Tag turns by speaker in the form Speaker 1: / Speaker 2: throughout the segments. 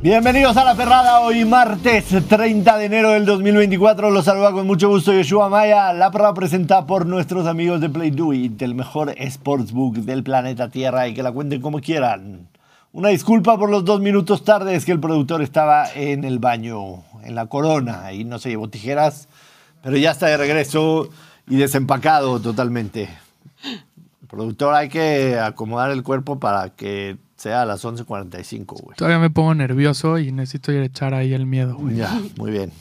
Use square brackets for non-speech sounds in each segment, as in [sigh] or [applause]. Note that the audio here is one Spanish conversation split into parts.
Speaker 1: Bienvenidos a La Ferrada, hoy martes 30 de enero del 2024. Los saluda con mucho gusto Yoshua Maya. La Ferrada presenta por nuestros amigos de Play Do It, el mejor sportsbook del planeta Tierra y que la cuenten como quieran. Una disculpa por los dos minutos tarde, es que el productor estaba en el baño, en la corona, y no se llevó tijeras, pero ya está de regreso y desempacado totalmente. Productor, hay que acomodar el cuerpo para que sea a las 11.45, güey.
Speaker 2: Todavía me pongo nervioso y necesito ir a echar ahí el miedo, güey.
Speaker 1: Ya, muy bien.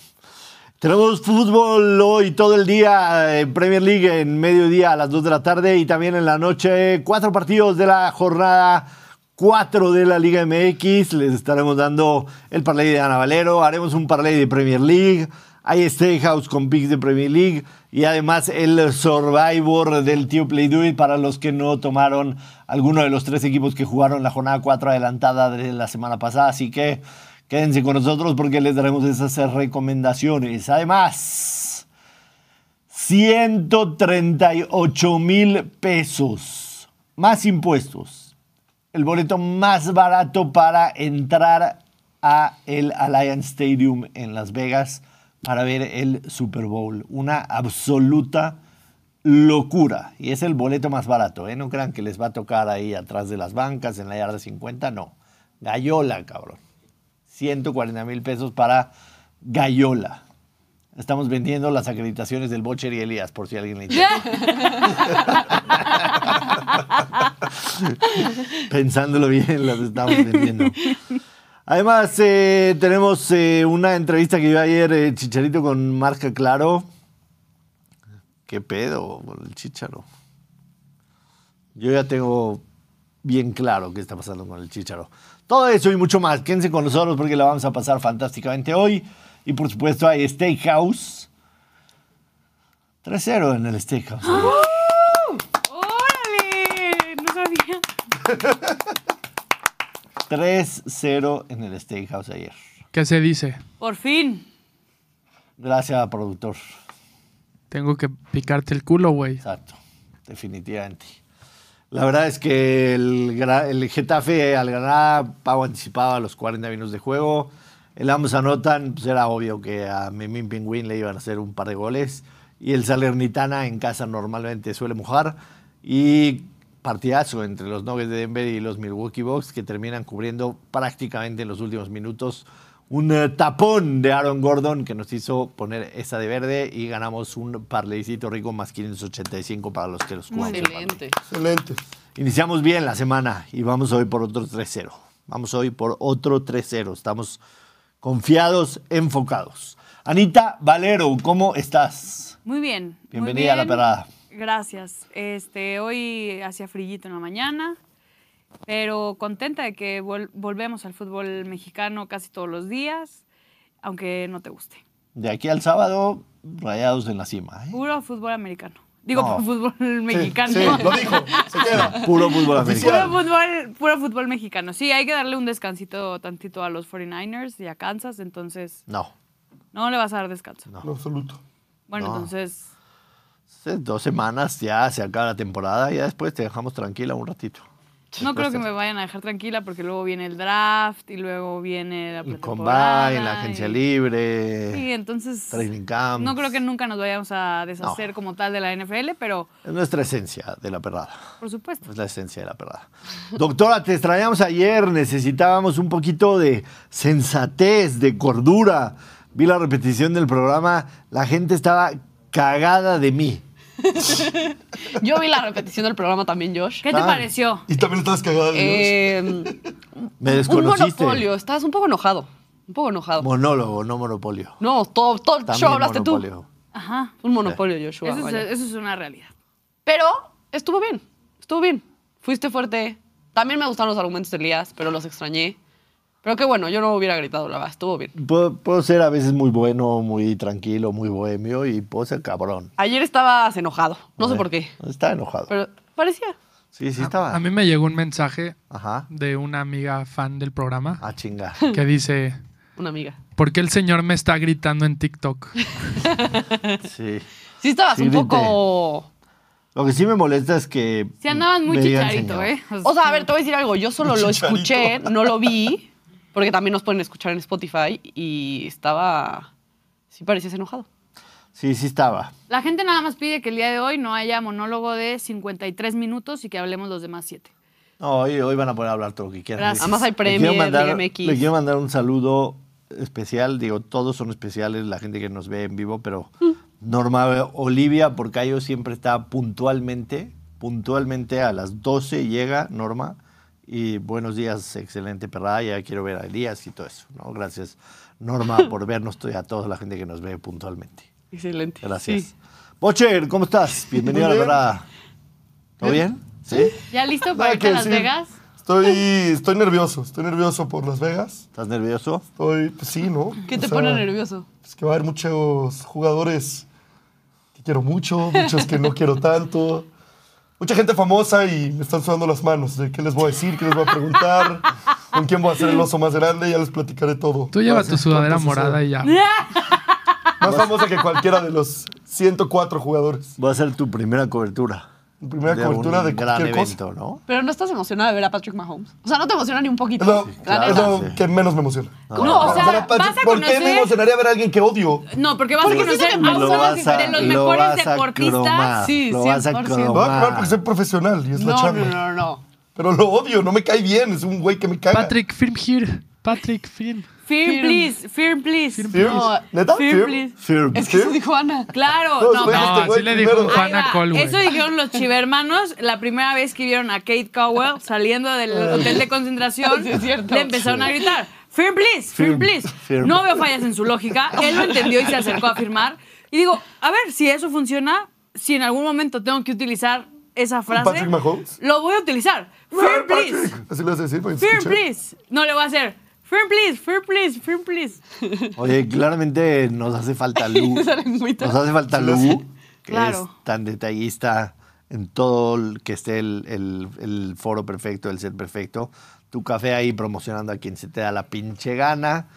Speaker 1: Tenemos fútbol hoy todo el día eh, en Premier League, en mediodía a las 2 de la tarde y también en la noche. Cuatro partidos de la jornada 4 de la Liga MX. Les estaremos dando el parlay de Ana Valero. Haremos un parlay de Premier League. Hay House con picks de Premier League. Y además el Survivor del tío Play Do It para los que no tomaron alguno de los tres equipos que jugaron la jornada 4 adelantada de la semana pasada. Así que quédense con nosotros porque les daremos esas recomendaciones. Además, 138 mil pesos más impuestos. El boleto más barato para entrar a el Alliance Stadium en Las Vegas para ver el Super Bowl. Una absoluta locura. Y es el boleto más barato, ¿eh? No crean que les va a tocar ahí atrás de las bancas, en la yarda 50, no. Gallola, cabrón. 140 mil pesos para Gallola. Estamos vendiendo las acreditaciones del Bocher y Elías, por si alguien le interesa. Pensándolo bien, las estamos vendiendo. Además, eh, tenemos eh, una entrevista que dio ayer eh, Chicharito con Marca Claro. ¿Qué pedo con el Chicharo? Yo ya tengo bien claro qué está pasando con el Chicharo. Todo eso y mucho más. Quédense con nosotros porque la vamos a pasar fantásticamente hoy. Y por supuesto hay Steakhouse. 3-0 en el Steakhouse.
Speaker 3: ¡Órale! No sabía.
Speaker 1: 3-0 en el Steakhouse ayer.
Speaker 2: ¿Qué se dice?
Speaker 3: Por fin.
Speaker 1: Gracias, productor.
Speaker 2: Tengo que picarte el culo, güey.
Speaker 1: Exacto, definitivamente. La verdad es que el, gra- el Getafe al ganar pago anticipado a los 40 minutos de juego. El ambos anotan, pues era obvio que a Memín Pingüín le iban a hacer un par de goles. Y el Salernitana en casa normalmente suele mojar. Y partidazo entre los Nuggets de Denver y los Milwaukee Bucks que terminan cubriendo prácticamente en los últimos minutos un eh, tapón de Aaron Gordon que nos hizo poner esa de verde y ganamos un parleycito rico más 585 para los que los jugamos. el parlay.
Speaker 3: Excelente.
Speaker 4: Excelente.
Speaker 1: Iniciamos bien la semana y vamos hoy por otro 3-0. Vamos hoy por otro 3-0. Estamos confiados, enfocados. Anita Valero, ¿cómo estás?
Speaker 3: Muy bien. muy
Speaker 1: Bienvenida a La
Speaker 3: bien.
Speaker 1: Perrada.
Speaker 3: Gracias. Este, hoy hacía frillito en la mañana, pero contenta de que vol- volvemos al fútbol mexicano casi todos los días, aunque no te guste.
Speaker 1: De aquí al sábado, rayados en la cima. ¿eh?
Speaker 3: Puro fútbol americano. Digo,
Speaker 1: No.
Speaker 3: [laughs] fútbol mexicano.
Speaker 4: Sí, lo dijo. Se queda.
Speaker 1: Puro fútbol americano.
Speaker 3: [laughs] Puro fútbol, puro fútbol mexicano. Sí, hay que darle un descansito tantito a los 49ers y a Kansas, entonces
Speaker 1: No.
Speaker 3: no le vas a dar descanso.
Speaker 4: No, absoluto.
Speaker 3: Bueno,
Speaker 1: No.
Speaker 3: entonces
Speaker 1: Hace dos semanas ya se acaba la temporada y ya después te dejamos tranquila un ratito.
Speaker 3: No creo
Speaker 1: Después
Speaker 3: que
Speaker 1: te-
Speaker 3: me vayan a dejar tranquila porque luego viene el draft y luego viene la
Speaker 1: El
Speaker 3: pretemporada
Speaker 1: combine, la agencia
Speaker 3: y-
Speaker 1: libre,
Speaker 3: Sí, entonces
Speaker 1: training camp.
Speaker 3: no creo que nunca nos vayamos a deshacer como tal de la NFL, pero
Speaker 1: Es nuestra esencia de la perrada.
Speaker 3: por supuesto.
Speaker 1: Es pues, la esencia de la perrada. Doctora, te extrañamos ayer, necesitábamos un poquito de sensatez, de cordura. Vi la repetición del programa, la gente estaba cagada de mí.
Speaker 5: Yo vi la repetición del programa también, Josh.
Speaker 3: ¿Qué te
Speaker 1: Ah.
Speaker 3: pareció?
Speaker 4: Y también estás cagada de
Speaker 5: Eh,
Speaker 1: [laughs] Me
Speaker 5: un
Speaker 1: desconociste.
Speaker 5: monopolio. Estás un poco enojado. Un poco enojado.
Speaker 1: Monólogo, no monopolio.
Speaker 5: no, todo, todo el show
Speaker 1: También
Speaker 5: hablaste tú.
Speaker 1: monopolio.
Speaker 3: Ajá.
Speaker 5: Un monopolio, Joshua.
Speaker 3: Eso es,
Speaker 5: vaya.
Speaker 3: eso es una realidad.
Speaker 5: Pero estuvo bien. Estuvo bien. Fuiste fuerte. También me gustaron los argumentos de Elías, pero los extrañé. Pero qué bueno, yo no hubiera gritado, la verdad. Estuvo bien.
Speaker 1: Puedo, puedo ser a veces muy bueno, muy tranquilo, muy bohemio y puedo ser cabrón. ¿Eh?
Speaker 5: Ayer estabas enojado. No sé por qué.
Speaker 1: Está enojado.
Speaker 5: Pero parecía.
Speaker 1: sí, sí
Speaker 2: A
Speaker 1: estaba.
Speaker 2: mí me llegó un mensaje
Speaker 1: Ajá.
Speaker 2: de una amiga fan del programa
Speaker 1: A
Speaker 5: [laughs]
Speaker 1: chingar.
Speaker 2: que dice,
Speaker 5: Una amiga.
Speaker 2: ¿por qué el señor me está gritando en TikTok?
Speaker 1: Sí.
Speaker 5: Sí, estabas
Speaker 1: Sí,
Speaker 5: un
Speaker 1: grité.
Speaker 5: poco.
Speaker 1: Lo que sí me molesta es que.
Speaker 3: Se andaban muy
Speaker 1: Mm, me digan
Speaker 3: chicharito,
Speaker 1: señor.
Speaker 3: ¿eh?
Speaker 5: O sea, a ver, te voy a decir algo. Yo solo lo
Speaker 4: Chicharito.
Speaker 5: escuché, no lo vi. porque también nos pueden escuchar en Spotify y estaba, sí parecías enojado.
Speaker 1: Sí, sí estaba.
Speaker 3: La gente nada más pide que el día de hoy no haya monólogo de 53 minutos y que hablemos los demás siete.
Speaker 1: No, hoy, hoy van a poder hablar todo lo que quieran.
Speaker 3: Gracias.
Speaker 5: Además hay
Speaker 1: Le quiero
Speaker 5: Premier,
Speaker 1: mandar-
Speaker 5: Liga MX.
Speaker 1: Le quiero mandar un saludo especial. Digo, todos son especiales, la gente que nos ve en vivo, pero
Speaker 3: Mm.
Speaker 1: Norma Olivia Porcayo siempre está puntualmente, puntualmente a las 12 llega Norma. Y buenos días, excelente perrada. Ya quiero ver a Elías y todo eso. ¿no? Gracias,
Speaker 3: [laughs]
Speaker 1: Norma, por vernos estoy a toda la gente que nos ve puntualmente.
Speaker 5: Excelente.
Speaker 1: Gracias.
Speaker 5: Sí.
Speaker 1: Bocher, ¿cómo [laughs] estás? Bienvenido a la
Speaker 4: Muy bien.
Speaker 1: perrada. ¿Todo bien? ¿Sí?
Speaker 3: ¿Ya listo
Speaker 4: Nada
Speaker 3: para irte a
Speaker 4: que
Speaker 3: Las
Speaker 4: decir.
Speaker 3: Vegas?
Speaker 4: Estoy, estoy nervioso, estoy nervioso por Las Vegas.
Speaker 1: ¿Estás nervioso?
Speaker 4: Estoy, pues sí, ¿no?
Speaker 5: ¿Qué
Speaker 4: O
Speaker 5: te
Speaker 4: sea,
Speaker 5: pone nervioso?
Speaker 4: Es que va a haber muchos jugadores que quiero mucho, muchos que no quiero tanto. Mucha gente famosa y me están sudando las manos de qué les voy a decir, qué les voy a preguntar, con quién voy a hacer el oso más grande, ya les platicaré todo.
Speaker 2: Tú llevas tu
Speaker 4: Así,
Speaker 2: sudadera
Speaker 4: cuánto
Speaker 2: morada
Speaker 4: suceda.
Speaker 2: y ya.
Speaker 4: Más famosa que cualquiera de los 104 jugadores.
Speaker 1: Va a ser tu primera cobertura.
Speaker 4: Mi primera cobertura
Speaker 1: algún
Speaker 4: de
Speaker 1: gran
Speaker 4: cualquier cosa.
Speaker 1: evento, ¿no?
Speaker 5: Pero no estás emocionada de ver a Patrick Mahomes. O sea, no te emociona ni un poquito.
Speaker 4: Es lo,
Speaker 5: la
Speaker 1: claro.
Speaker 4: es
Speaker 5: neta.
Speaker 4: lo
Speaker 1: Sí.
Speaker 4: que menos me emociona.
Speaker 3: No, o sea,
Speaker 4: Ahora, Patrick,
Speaker 3: vas a
Speaker 4: ¿Por qué me
Speaker 3: conocer-
Speaker 4: emocionaría ver a alguien que odio?
Speaker 3: No, porque vas
Speaker 5: Porque
Speaker 3: a conocer
Speaker 5: sí
Speaker 3: a
Speaker 5: se
Speaker 3: uno
Speaker 5: me
Speaker 3: de
Speaker 5: pasó.
Speaker 1: Lo vas a,
Speaker 3: los mejores
Speaker 1: lo vas a
Speaker 3: deportistas.
Speaker 1: cromar.
Speaker 5: Sí,
Speaker 1: lo vas a
Speaker 5: 100%.
Speaker 4: No, claro,
Speaker 1: cromar.
Speaker 4: porque soy profesional y es la
Speaker 5: No,
Speaker 4: chamba.
Speaker 5: no, no, no.
Speaker 4: Pero lo odio, no me cae bien, es un güey que me caga.
Speaker 2: Patrick, firm here. Patrick, firm.
Speaker 3: Firm,
Speaker 5: Firm.
Speaker 3: please, firm, please.
Speaker 4: ¿Sí?
Speaker 5: No,
Speaker 4: ¿Neta?
Speaker 3: Firm,
Speaker 4: ¿Sí?
Speaker 3: please.
Speaker 1: Firm.
Speaker 5: Es que eso dijo Ana.
Speaker 3: Claro,
Speaker 4: No,
Speaker 3: no,
Speaker 4: espérate,
Speaker 3: pero-
Speaker 2: No,
Speaker 4: este güey,
Speaker 2: así le dijo
Speaker 4: primero.
Speaker 3: Ahí
Speaker 2: Juana
Speaker 3: va.
Speaker 2: Cole,
Speaker 3: Eso
Speaker 2: güey.
Speaker 3: dijeron los chivermanos la primera vez que vieron a Kate Cowell saliendo del
Speaker 1: Ah.
Speaker 3: hotel
Speaker 1: [laughs]
Speaker 3: de concentración.
Speaker 5: Sí, es cierto.
Speaker 3: Le empezaron a gritar, firm please,
Speaker 1: Firm,
Speaker 3: firm please.
Speaker 1: firm.
Speaker 3: No veo fallas en su lógica. Él lo entendió y se acercó a firmar. Y digo, a ver, si eso funciona, si en algún momento tengo que utilizar esa frase,
Speaker 4: Patrick Mahomes?
Speaker 3: lo voy a utilizar. Firm please,
Speaker 4: Así lo vas a decir, porque
Speaker 3: firm
Speaker 4: escuché.
Speaker 3: please. No le voy a hacer, firm please, firm please, firm please.
Speaker 1: Oye, claramente nos hace
Speaker 3: [laughs]
Speaker 1: falta Lu.
Speaker 5: Esa lengüita.
Speaker 1: Nos hace falta
Speaker 4: Sí, lo sé.
Speaker 1: Lu, que
Speaker 3: Claro.
Speaker 1: es tan detallista en todo el- que esté el, el- el foro perfecto, el set perfecto. Tu café ahí promocionando a quien se te da la pinche
Speaker 3: [laughs]
Speaker 1: gana.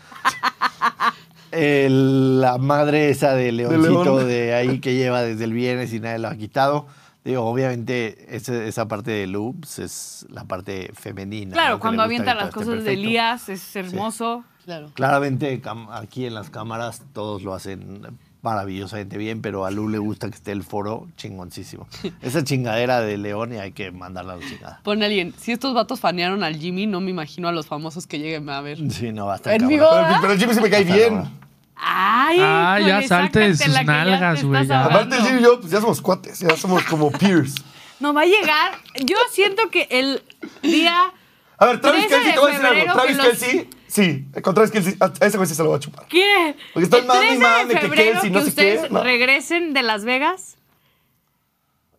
Speaker 1: El- la madre esa de leoncito de,
Speaker 4: León.
Speaker 1: ahí que lleva desde el viernes y nadie lo ha quitado. Digo, obviamente esa, esa parte de Lu pues, es la parte femenina.
Speaker 3: Claro,
Speaker 1: ¿no? Que
Speaker 3: cuando
Speaker 1: le gusta
Speaker 3: avienta
Speaker 1: que
Speaker 3: las
Speaker 1: todo esté
Speaker 3: cosas de
Speaker 1: perfecto.
Speaker 3: Elías es hermoso.
Speaker 5: Claro.
Speaker 1: Claramente cam- aquí en las cámaras todos lo hacen maravillosamente bien, pero a Lu le gusta que esté el foro
Speaker 2: [laughs]
Speaker 1: chingoncísimo. Esa chingadera de León y hay que mandarla a la chingada.
Speaker 5: Pone alguien, si estos vatos fanearon al Jimmy, no me imagino a los famosos que lleguen a ver.
Speaker 1: Sí, no, va a estar
Speaker 5: En
Speaker 1: cabrón.
Speaker 5: vivo.
Speaker 4: Pero, pero el Jimmy sí me cae
Speaker 1: Está
Speaker 4: bien.
Speaker 1: cabrón.
Speaker 3: Ay,
Speaker 2: Ah, ya
Speaker 3: híjole,
Speaker 2: salte de
Speaker 3: sácate
Speaker 2: sus
Speaker 3: la que ya te
Speaker 2: nalgas, güey,
Speaker 3: estás
Speaker 2: ya.
Speaker 4: Aparte, el
Speaker 3: ahogando.
Speaker 4: Jimmy y yo, pues ya somos cuates, ya somos como peers.
Speaker 3: Nos va a llegar. Yo siento que el día.
Speaker 4: A ver, Travis
Speaker 3: 13 de
Speaker 4: Kelsey, te voy a decir algo.
Speaker 3: febrero
Speaker 4: Travis
Speaker 3: que los-
Speaker 4: Kelsey, sí, con Travis Kelsey, a a ese güey sí se lo va a chupar.
Speaker 3: ¿Qué?
Speaker 4: Porque estoy
Speaker 3: el
Speaker 4: mame y
Speaker 3: 13
Speaker 4: mame,
Speaker 3: de
Speaker 4: que
Speaker 3: febrero que,
Speaker 4: Kelsey, no sé qué,
Speaker 3: ustedes
Speaker 4: no.
Speaker 3: regresen de Las Vegas.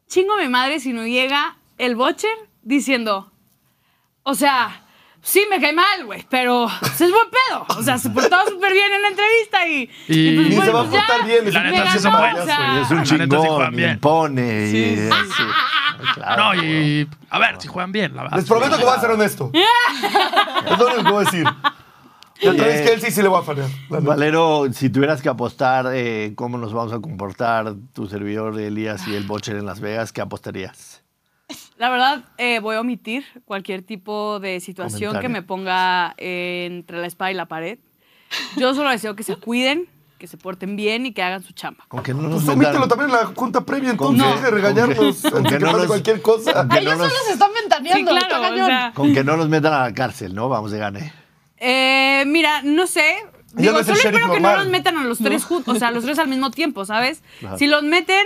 Speaker 3: Chingo mi madre si no llega el Bocher diciendo. O sea, sí me cae mal, güey, pero pues, es buen pedo. O sea, se portaba súper bien en la entrevista y.
Speaker 2: Y-
Speaker 3: pues,
Speaker 2: Ni
Speaker 4: Y se
Speaker 3: bueno,
Speaker 4: va a
Speaker 3: pues, ya,
Speaker 4: portar bien. es
Speaker 2: La
Speaker 4: un
Speaker 2: neta,
Speaker 4: payaso,
Speaker 2: sí son buenos,
Speaker 4: güey.
Speaker 3: güey,
Speaker 1: Es un
Speaker 2: Ah, La neta sí
Speaker 1: chingón,
Speaker 2: juegan
Speaker 1: y
Speaker 2: bien.
Speaker 1: impone. y
Speaker 5: Sí, sí,
Speaker 1: es- sí. Ah, Claro,
Speaker 2: No, y a ver si juegan bien, la verdad.
Speaker 4: Les prometo que voy a
Speaker 3: [laughs]
Speaker 4: ser honesto. es lo único que voy a decir. Y a Travis
Speaker 1: Eh,
Speaker 4: Kelsey sí le voy a fanear. la neta.
Speaker 1: Valero, si tuvieras que apostar eh, cómo nos vamos a comportar tu servidor Elías y el Bocher en Las Vegas, ¿qué apostarías?
Speaker 3: La verdad, eh, voy a omitir cualquier tipo de situación
Speaker 1: Comentario.
Speaker 3: que me ponga eh, entre la espada y la pared. Yo solo deseo que se cuiden, que se porten bien y que hagan su chamba.
Speaker 1: Con que no nos
Speaker 4: Pues omítelo
Speaker 1: vendaran.
Speaker 4: también en la junta previa,
Speaker 1: Con
Speaker 4: entonces, deje
Speaker 1: que-
Speaker 4: de regañarnos.
Speaker 1: con que- con
Speaker 4: antes
Speaker 1: que
Speaker 4: que
Speaker 1: no
Speaker 4: pase
Speaker 1: nos-
Speaker 4: cualquier cosa.
Speaker 1: con que
Speaker 5: Ay,
Speaker 1: no
Speaker 5: Ellos
Speaker 1: nos-
Speaker 5: solo se están
Speaker 3: Sí,
Speaker 5: ventaneando, está
Speaker 3: claro. o
Speaker 5: cañón.
Speaker 3: sea,
Speaker 1: Con que no nos metan a la cárcel, ¿no? Vamos de gane.
Speaker 3: eh, mira, no sé.
Speaker 4: Ya
Speaker 3: Digo,
Speaker 4: no es el
Speaker 3: solo espero
Speaker 4: sheriff
Speaker 3: que no
Speaker 4: normal.
Speaker 3: los metan a los tres juntos, o sea, a los tres al mismo tiempo, ¿sabes?
Speaker 1: Ajá.
Speaker 3: Si los meten,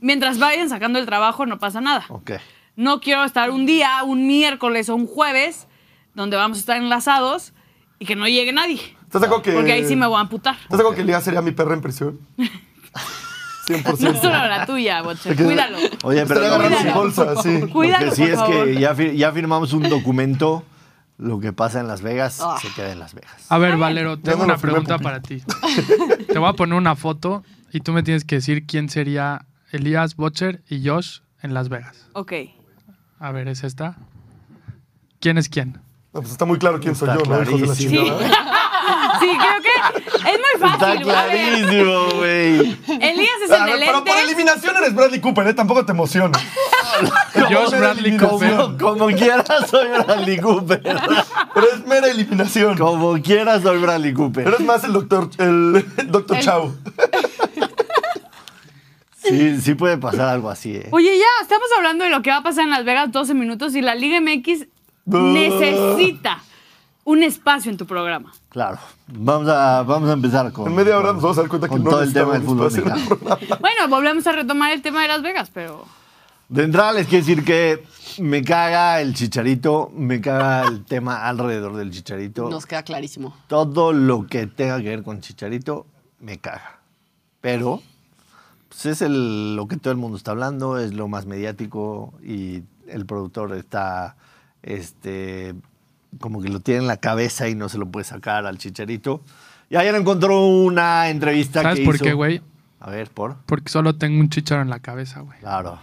Speaker 3: mientras vayan sacando el trabajo, no pasa nada.
Speaker 1: Ok.
Speaker 3: No quiero estar un día, un miércoles o un jueves, donde vamos a estar enlazados y que no llegue nadie.
Speaker 4: ¿Estás de acuerdo que.?
Speaker 3: Porque ahí sí me voy a amputar.
Speaker 4: ¿Estás de acuerdo que Lía sería mi perra en prisión? 100%.
Speaker 3: No solo la tuya, Boche. Cuídalo.
Speaker 1: Oye, pero
Speaker 4: Pues Estaría
Speaker 1: lo
Speaker 4: agarrando
Speaker 1: que-
Speaker 4: su
Speaker 1: [laughs]
Speaker 4: bolsa, sí.
Speaker 3: Cuídalo,
Speaker 1: Lo que sí
Speaker 3: por
Speaker 1: es
Speaker 3: favor.
Speaker 1: que ya, fir- ya firmamos un documento. Lo que pasa en Las Vegas
Speaker 5: Ah.
Speaker 1: se queda en Las Vegas.
Speaker 2: A ver, Valero,
Speaker 4: Ya
Speaker 2: tengo
Speaker 4: no
Speaker 2: una
Speaker 4: los firmé,
Speaker 2: pregunta
Speaker 4: Pupi.
Speaker 2: para ti. Te voy a poner una foto y tú me tienes que decir quién sería Elías, Butcher y Josh en Las Vegas.
Speaker 1: [laughs]
Speaker 3: Ok.
Speaker 2: A ver, ¿es esta? ¿Quién es quién?
Speaker 4: No, pues está muy claro quién soy
Speaker 1: Está
Speaker 4: yo, ¿no? Hijos de la
Speaker 1: clarísimo.
Speaker 4: chingada.
Speaker 3: Sí, creo que Es muy
Speaker 1: Está
Speaker 3: fácil, güey. A ver,
Speaker 1: clarísimo, güey.
Speaker 3: Elías es
Speaker 4: A
Speaker 3: el de
Speaker 4: ver, Ah, pero por
Speaker 3: lentes.
Speaker 4: eliminación eres Bradley Cooper, ¿eh? Tampoco
Speaker 1: [laughs]
Speaker 4: te emociones.
Speaker 2: Josh
Speaker 4: Mera
Speaker 2: Bradley
Speaker 4: eliminación.
Speaker 2: Cooper.
Speaker 1: Como, como quieras, soy Bradley
Speaker 3: [laughs]
Speaker 1: Cooper.
Speaker 4: Pero es mera eliminación.
Speaker 1: Como quieras, soy Bradley Cooper.
Speaker 4: Eres más el doctor, el, [laughs] el doctor Chau.
Speaker 1: Sí, sí puede pasar algo así, ¿eh?
Speaker 3: Oye, ya, estamos hablando de lo que va a pasar en Las Vegas 12 minutos y la Liga MX necesita un espacio en tu programa.
Speaker 1: Claro. Vamos a, vamos a empezar con.
Speaker 4: En media hora
Speaker 1: con-
Speaker 4: nos vamos a dar cuenta que
Speaker 1: con
Speaker 4: no
Speaker 1: todo el tema del fútbol
Speaker 4: necesitamos espacio en el
Speaker 1: mexicano.
Speaker 3: Bueno, volvemos a retomar el tema de Las Vegas, pero.
Speaker 1: De entrada les quiero decir que me caga el chicharito, me caga el tema alrededor del chicharito.
Speaker 5: Nos queda clarísimo.
Speaker 1: Todo lo que tenga que ver con chicharito me caga. Pero pues es el- lo que todo el mundo está hablando, es lo más mediático y el productor está este, como que lo tiene en la cabeza y no se lo puede sacar al chicharito. Y ayer encontró una entrevista
Speaker 2: ¿Sabes
Speaker 1: que
Speaker 2: por
Speaker 1: hizo-
Speaker 2: qué, güey?
Speaker 1: A ver, por.
Speaker 2: Porque solo tengo un chicharo en la cabeza, güey.
Speaker 1: Claro,